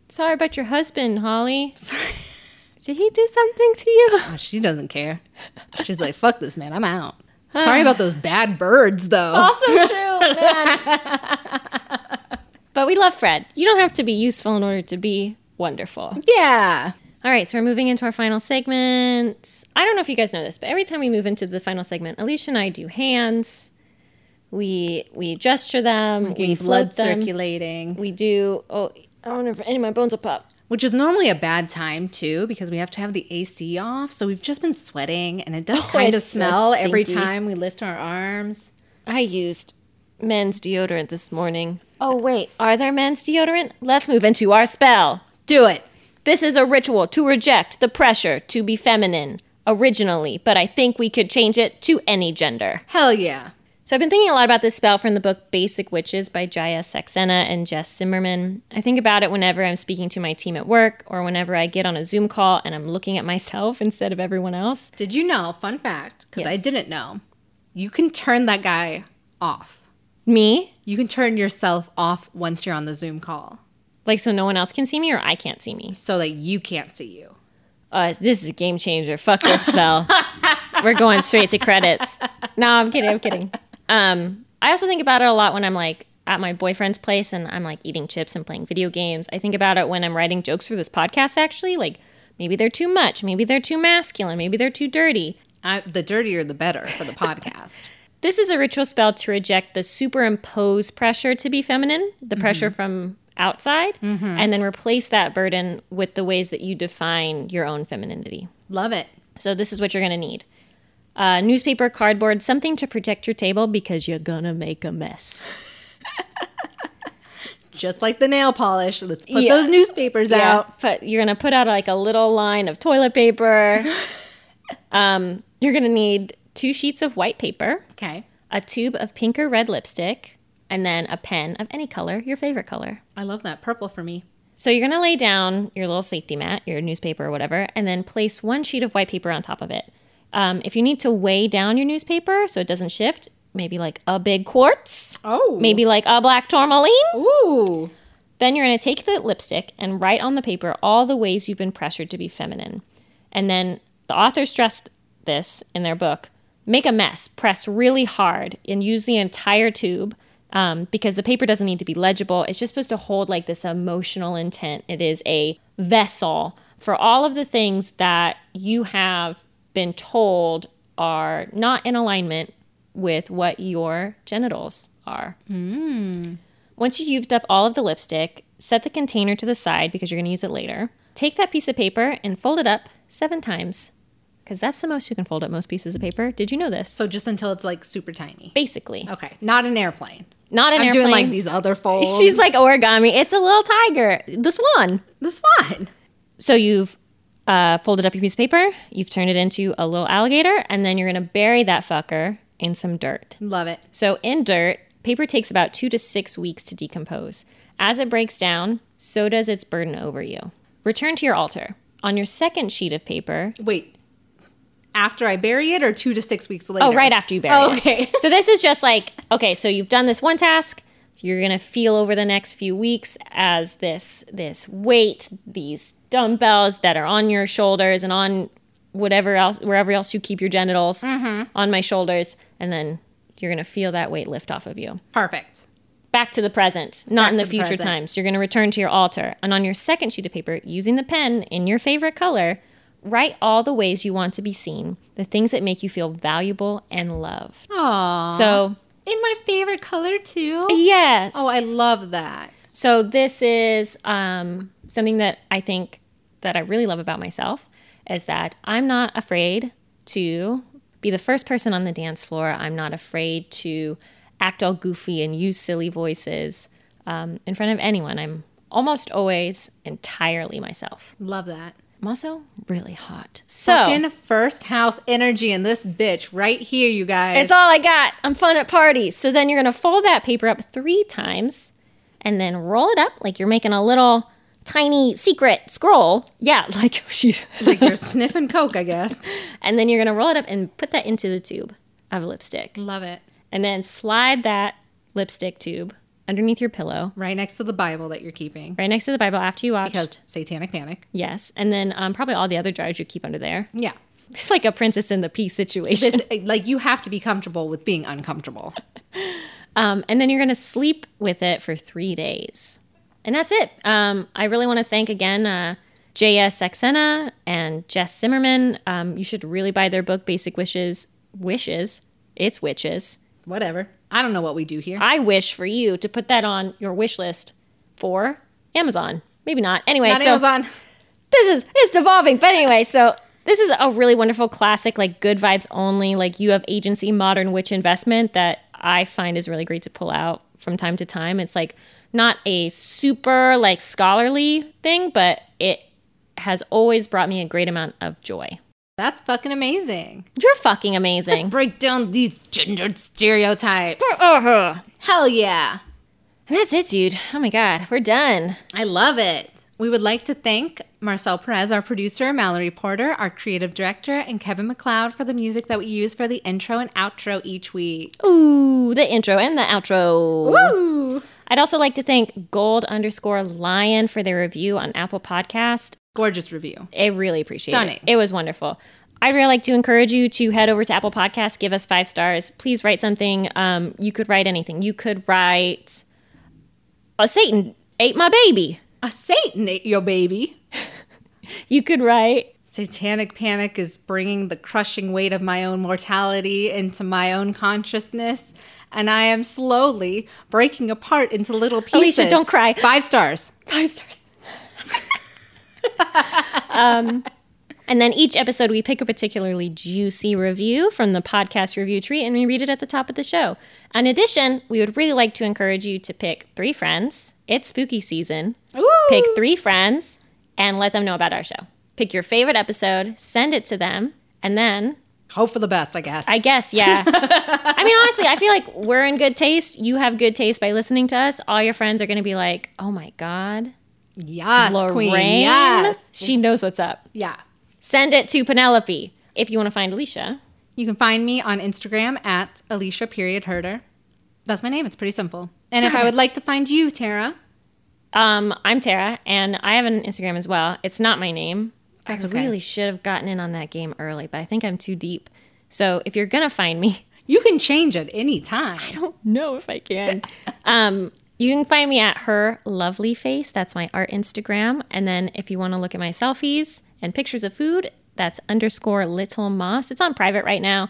Speaker 1: Sorry about your husband, Holly.
Speaker 2: Sorry.
Speaker 1: Did he do something to you?
Speaker 2: Oh, she doesn't care. She's like, fuck this man, I'm out. Sorry about those bad birds, though.
Speaker 1: Also true, man. but we love Fred. You don't have to be useful in order to be wonderful.
Speaker 2: Yeah.
Speaker 1: All right, so we're moving into our final segment. I don't know if you guys know this, but every time we move into the final segment, Alicia and I do hands. We we gesture them. We
Speaker 2: Getting blood
Speaker 1: float them.
Speaker 2: circulating.
Speaker 1: We do. Oh, I don't know if any of my bones will pop.
Speaker 2: which is normally a bad time too because we have to have the AC off. So we've just been sweating and it does kind of
Speaker 1: Oh, it's so
Speaker 2: smell every
Speaker 1: stinky.
Speaker 2: time we lift our arms.
Speaker 1: I used men's deodorant this morning. Oh wait, are there men's deodorant? Let's move into our spell.
Speaker 2: Do it.
Speaker 1: This is a ritual to reject the pressure to be feminine originally, but I think we could change it to any gender.
Speaker 2: Hell yeah.
Speaker 1: So I've been thinking a lot about this spell from the book Basic Witches by Jaya Saxena and Jess Zimmerman. I think about it whenever I'm speaking to my team at work or whenever I get on a Zoom call and I'm looking at myself instead of everyone else.
Speaker 2: Did you know, fun fact, because I
Speaker 1: Yes.
Speaker 2: didn't know, you can turn that guy off.
Speaker 1: Me?
Speaker 2: You can turn yourself off once you're on the Zoom call
Speaker 1: Like so no one else can see me or I can't see me.
Speaker 2: so that you can't see you.
Speaker 1: Uh, this is a game changer. Fuck this spell. We're going straight to credits. No, I'm kidding. I'm kidding. Um, I also think about it a lot when I'm like at my boyfriend's place and I'm like eating chips and playing video games. I think about it when I'm writing jokes for this podcast, actually. Like maybe they're too much. Maybe they're too masculine. Maybe they're too dirty.
Speaker 2: I, the dirtier, the better for the podcast.
Speaker 1: This is a ritual spell to reject the superimposed pressure to be feminine, the pressure from outside, and then replace that burden with the ways that you define your own femininity.
Speaker 2: Love it.
Speaker 1: So this is what you're going to need. Uh, newspaper, cardboard, something to protect your table because you're going to make a mess.
Speaker 2: Just like the nail polish, let's put
Speaker 1: Yeah.
Speaker 2: those newspapers out.
Speaker 1: But you're going to put out like a little line of toilet paper. um, you're going to need two sheets of white paper,
Speaker 2: Okay.
Speaker 1: a tube of pink or red lipstick, and then a pen of any color, your favorite color.
Speaker 2: I love that. Purple for me.
Speaker 1: So you're going to lay down your little safety mat, your newspaper or whatever, and then place one sheet of white paper on top of it. Um, if you need to weigh down your newspaper so it doesn't shift, maybe like a big quartz.
Speaker 2: Oh.
Speaker 1: maybe like a black tourmaline.
Speaker 2: Ooh.
Speaker 1: Then you're going to take the lipstick and write on the paper all the ways you've been pressured to be feminine. And then the authors stress this in their book make a mess, press really hard, and use the entire tube um, because the paper doesn't need to be legible. It's just supposed to hold like this emotional intent. It is a vessel for all of the things that you have been told are not in alignment with what your genitals are. Once you've used up all of the lipstick, set the container to the side because you're going to use it later. Take that piece of paper and fold it up seven times because that's the most you can fold up most pieces of paper. Did you know this?
Speaker 2: So just until it's like super tiny.
Speaker 1: Basically,
Speaker 2: Okay, not an airplane.
Speaker 1: not an
Speaker 2: I'm
Speaker 1: airplane.
Speaker 2: doing like these other folds.
Speaker 1: She's like origami. It's a little tiger, the swan.
Speaker 2: the swan.
Speaker 1: So you've uh, folded up your piece of paper, you've turned it into a little alligator, and then you're going to bury that fucker in some dirt.
Speaker 2: Love it.
Speaker 1: So in dirt, paper takes about two to six weeks to decompose. As it breaks down, so does its burden over you. Return to your altar. On your second sheet of paper,
Speaker 2: Wait, after I bury it, or two to six weeks later?
Speaker 1: oh, right after you bury
Speaker 2: Oh,
Speaker 1: it.
Speaker 2: okay.
Speaker 1: so this is just like okay so you've done this one task you're gonna feel over the next few weeks as this this weight these dumbbells that are on your shoulders and on whatever else wherever else you keep your genitals
Speaker 2: Mm-hmm.
Speaker 1: on my shoulders and then you're gonna feel that weight lift off of you
Speaker 2: Perfect.
Speaker 1: back to the present not
Speaker 2: Back
Speaker 1: in the
Speaker 2: to the
Speaker 1: future
Speaker 2: present.
Speaker 1: times you're gonna return to your altar and on your second sheet of paper using the pen in your favorite color write all the ways you want to be seen the things that make you feel valuable and loved
Speaker 2: Aww.
Speaker 1: so
Speaker 2: in my favorite color too.
Speaker 1: Yes.
Speaker 2: Oh, I love that.
Speaker 1: so this is um, something that I think that I really love about myself is that I'm not afraid to be the first person on the dance floor. I'm not afraid to act all goofy and use silly voices um, in front of anyone. I'm almost always entirely myself.
Speaker 2: Love that.
Speaker 1: I'm also really hot. So
Speaker 2: Fucking first house energy in this bitch right here, you guys.
Speaker 1: It's all I got. I'm fun at parties. So then you're going to fold that paper up three times and then roll it up like you're making a little tiny secret scroll. Yeah, like she.
Speaker 2: like you're sniffing coke, I guess.
Speaker 1: and then you're going to roll it up and put that into the tube of lipstick.
Speaker 2: Love it.
Speaker 1: And then slide that lipstick tube underneath your pillow
Speaker 2: Right next to the Bible that you're keeping
Speaker 1: right next to the Bible after you watched.
Speaker 2: because satanic panic.
Speaker 1: yes. And then um, probably all the other jars you keep under there.
Speaker 2: Yeah.
Speaker 1: It's like a princess in the pea situation.
Speaker 2: This like you have to be comfortable with being uncomfortable.
Speaker 1: Um, and then you're going to sleep with it for three days. And that's it. Um, I really want to thank again uh, J.S. Saxena and Jess Zimmerman. Um, you should really buy their book, Basic Wishes. Wishes. It's witches.
Speaker 2: Whatever. I don't know what we do here.
Speaker 1: I wish for you to put that on your wish list for Amazon. Maybe not. Anyway,
Speaker 2: Not
Speaker 1: so
Speaker 2: Amazon.
Speaker 1: this is it's devolving. But anyway, so this is a really wonderful classic, like good vibes only, like you have agency modern witch investment that I find is really great to pull out from time to time. It's like not a super like scholarly thing, but it has always brought me a great amount of joy.
Speaker 2: That's fucking amazing.
Speaker 1: You're fucking amazing.
Speaker 2: Break down these gendered stereotypes.
Speaker 1: Uh-huh.
Speaker 2: Hell yeah.
Speaker 1: And that's it, dude. Oh my god, we're done.
Speaker 2: I love it. We would like to thank Marcel Perez, our producer, Mallory Porter, our creative director, and Kevin McLeod for the music that we use for the intro and outro each week.
Speaker 1: Ooh, the intro and the outro.
Speaker 2: Woo!
Speaker 1: I'd also like to thank Gold underscore Lion for their review on Apple Podcast.
Speaker 2: Gorgeous review.
Speaker 1: I really appreciate
Speaker 2: Stunning.
Speaker 1: it. It was wonderful. I'd really like to encourage you to head over to Apple Podcasts, give us five stars. Please write something. Um, you could write anything. You could write, "Oh, Satan ate my baby."
Speaker 2: A Satan ate your baby.
Speaker 1: You could write,
Speaker 2: Satanic panic is bringing the crushing weight of my own mortality into my own consciousness, and I am slowly breaking apart into little pieces.
Speaker 1: Alicia, don't cry.
Speaker 2: Five stars.
Speaker 1: five stars. um, and then each episode, we pick a particularly juicy review from the podcast review tree and we read it at the top of the show. In addition, we would really like to encourage you to pick three friends. It's spooky season.
Speaker 2: Ooh.
Speaker 1: pick three friends and let them know about our show. Pick your favorite episode, send it to them, and then
Speaker 2: Hope for the best, I guess.
Speaker 1: I guess, yeah. I mean, honestly, I feel like we're in good taste. You have good taste by listening to us. All your friends are going to be like, oh my God,
Speaker 2: yes,
Speaker 1: Lorraine.
Speaker 2: Queen. Yes.
Speaker 1: She knows what's up.
Speaker 2: Yeah.
Speaker 1: Send it to Penelope if you want to find Alicia.
Speaker 2: You can find me on Instagram at Alicia period Herder. That's my name. It's pretty simple. And if I would like to find you, Tara,
Speaker 1: Um, I'm Tara, and I have an Instagram as well. It's not my name.
Speaker 2: That's
Speaker 1: I
Speaker 2: okay.
Speaker 1: really should have gotten in on that game early, but I think I'm too deep. So if you're going to find me,
Speaker 2: you can change at any time.
Speaker 1: don't know if I can. um, you can find me at her lovely face. That's my art Instagram. And then if you want to look at my selfies and pictures of food, that's underscore little moss. It's on private right now.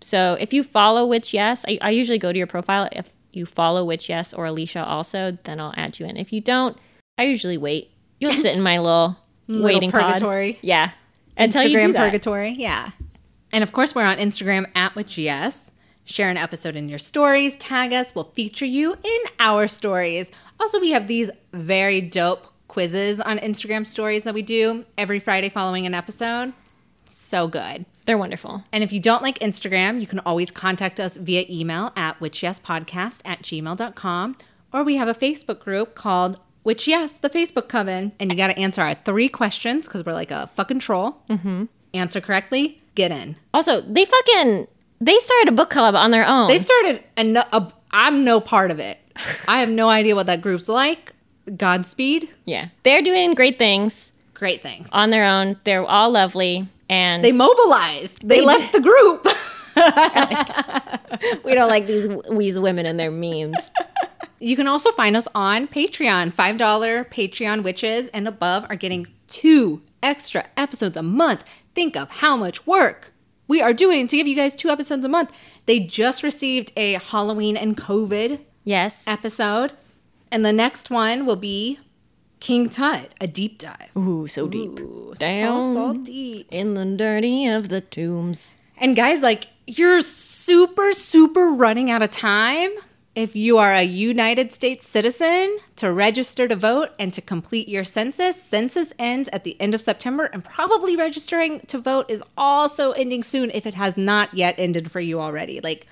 Speaker 1: So if you follow Witch Yes, I, I usually go to your profile. If you follow Witch Yes or Alicia also, then I'll add you in. If you don't, I usually wait. You'll sit in my little,
Speaker 2: Little
Speaker 1: waiting pod.
Speaker 2: purgatory.
Speaker 1: Yeah. Until you do
Speaker 2: Instagram
Speaker 1: that.
Speaker 2: purgatory. Yeah. And of course, we're on Instagram at WithGS. Share an episode in your stories, tag us, we'll feature you in our stories. Also, we have these very dope quizzes on Instagram stories that we do every Friday following an episode. So good.
Speaker 1: They're wonderful.
Speaker 2: And if you don't like Instagram, you can always contact us via email at witchyespodcast at gmail.com. Or we have a Facebook group called Which Yes, the Facebook Coven. And you got to answer our three questions because we're like a fucking troll. Mm-hmm. Answer correctly, get in.
Speaker 1: Also, they fucking they started a book club on their own.
Speaker 2: They started, and a, I'm no part of it. I have no idea what that group's like. Godspeed.
Speaker 1: yeah. They're doing great things
Speaker 2: Great things.
Speaker 1: on their own. They're all lovely and
Speaker 2: They mobilized, they, left the group.
Speaker 1: we don't like these these women and their memes.
Speaker 2: You can also find us on Patreon. $5 Patreon witches and above are getting two extra episodes a month. Think of how much work we are doing to give you guys two episodes a month. They just received a Halloween and COVID
Speaker 1: Yes.
Speaker 2: episode. And the next one will be King Tut, a deep dive.
Speaker 1: Ooh, so deep.
Speaker 2: Ooh,
Speaker 1: Down.
Speaker 2: So, so deep.
Speaker 1: In the dirty of the tombs.
Speaker 2: And guys, like, you're super, super running out of time if you are a United States citizen to register to vote and to complete your census. Census ends at the end of September, and probably registering to vote is also ending soon if it has not yet ended for you already. Like,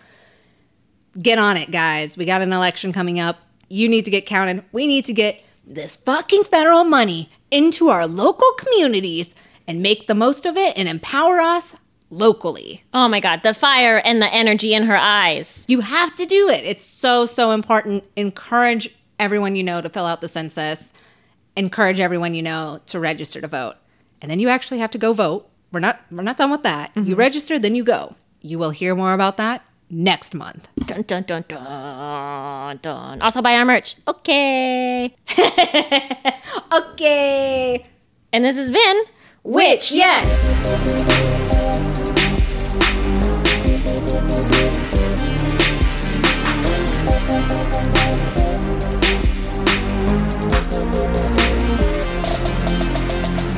Speaker 2: get on it, guys. We got an election coming up. You need to get counted. We need to get this fucking federal money into our local communities and make the most of it and empower us locally.
Speaker 1: Oh my god, the fire and the energy in her eyes.
Speaker 2: You have to do it. It's so, so important. Encourage everyone you know to fill out the census. Encourage everyone you know to register to vote. And then you actually have to go vote. We're not we're not done with that. You register, then you go. You will hear more about that next month.
Speaker 1: Dun dun dun dun dun. Also buy our merch. Okay.
Speaker 2: Okay.
Speaker 1: And this has been Witch Yes.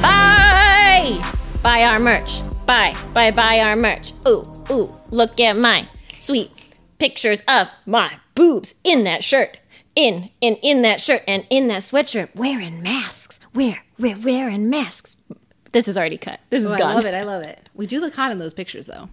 Speaker 1: Bye. Buy our merch. Buy, buy, buy our merch. Ooh, ooh, look at my sweet pictures of my boobs in that shirt. In, in, in that shirt and in that sweatshirt. Wearing masks. We're, we're wearing masks. This is already cut. This is
Speaker 2: Oh, I
Speaker 1: gone.
Speaker 2: love it. I love it. We do look hot in those pictures though.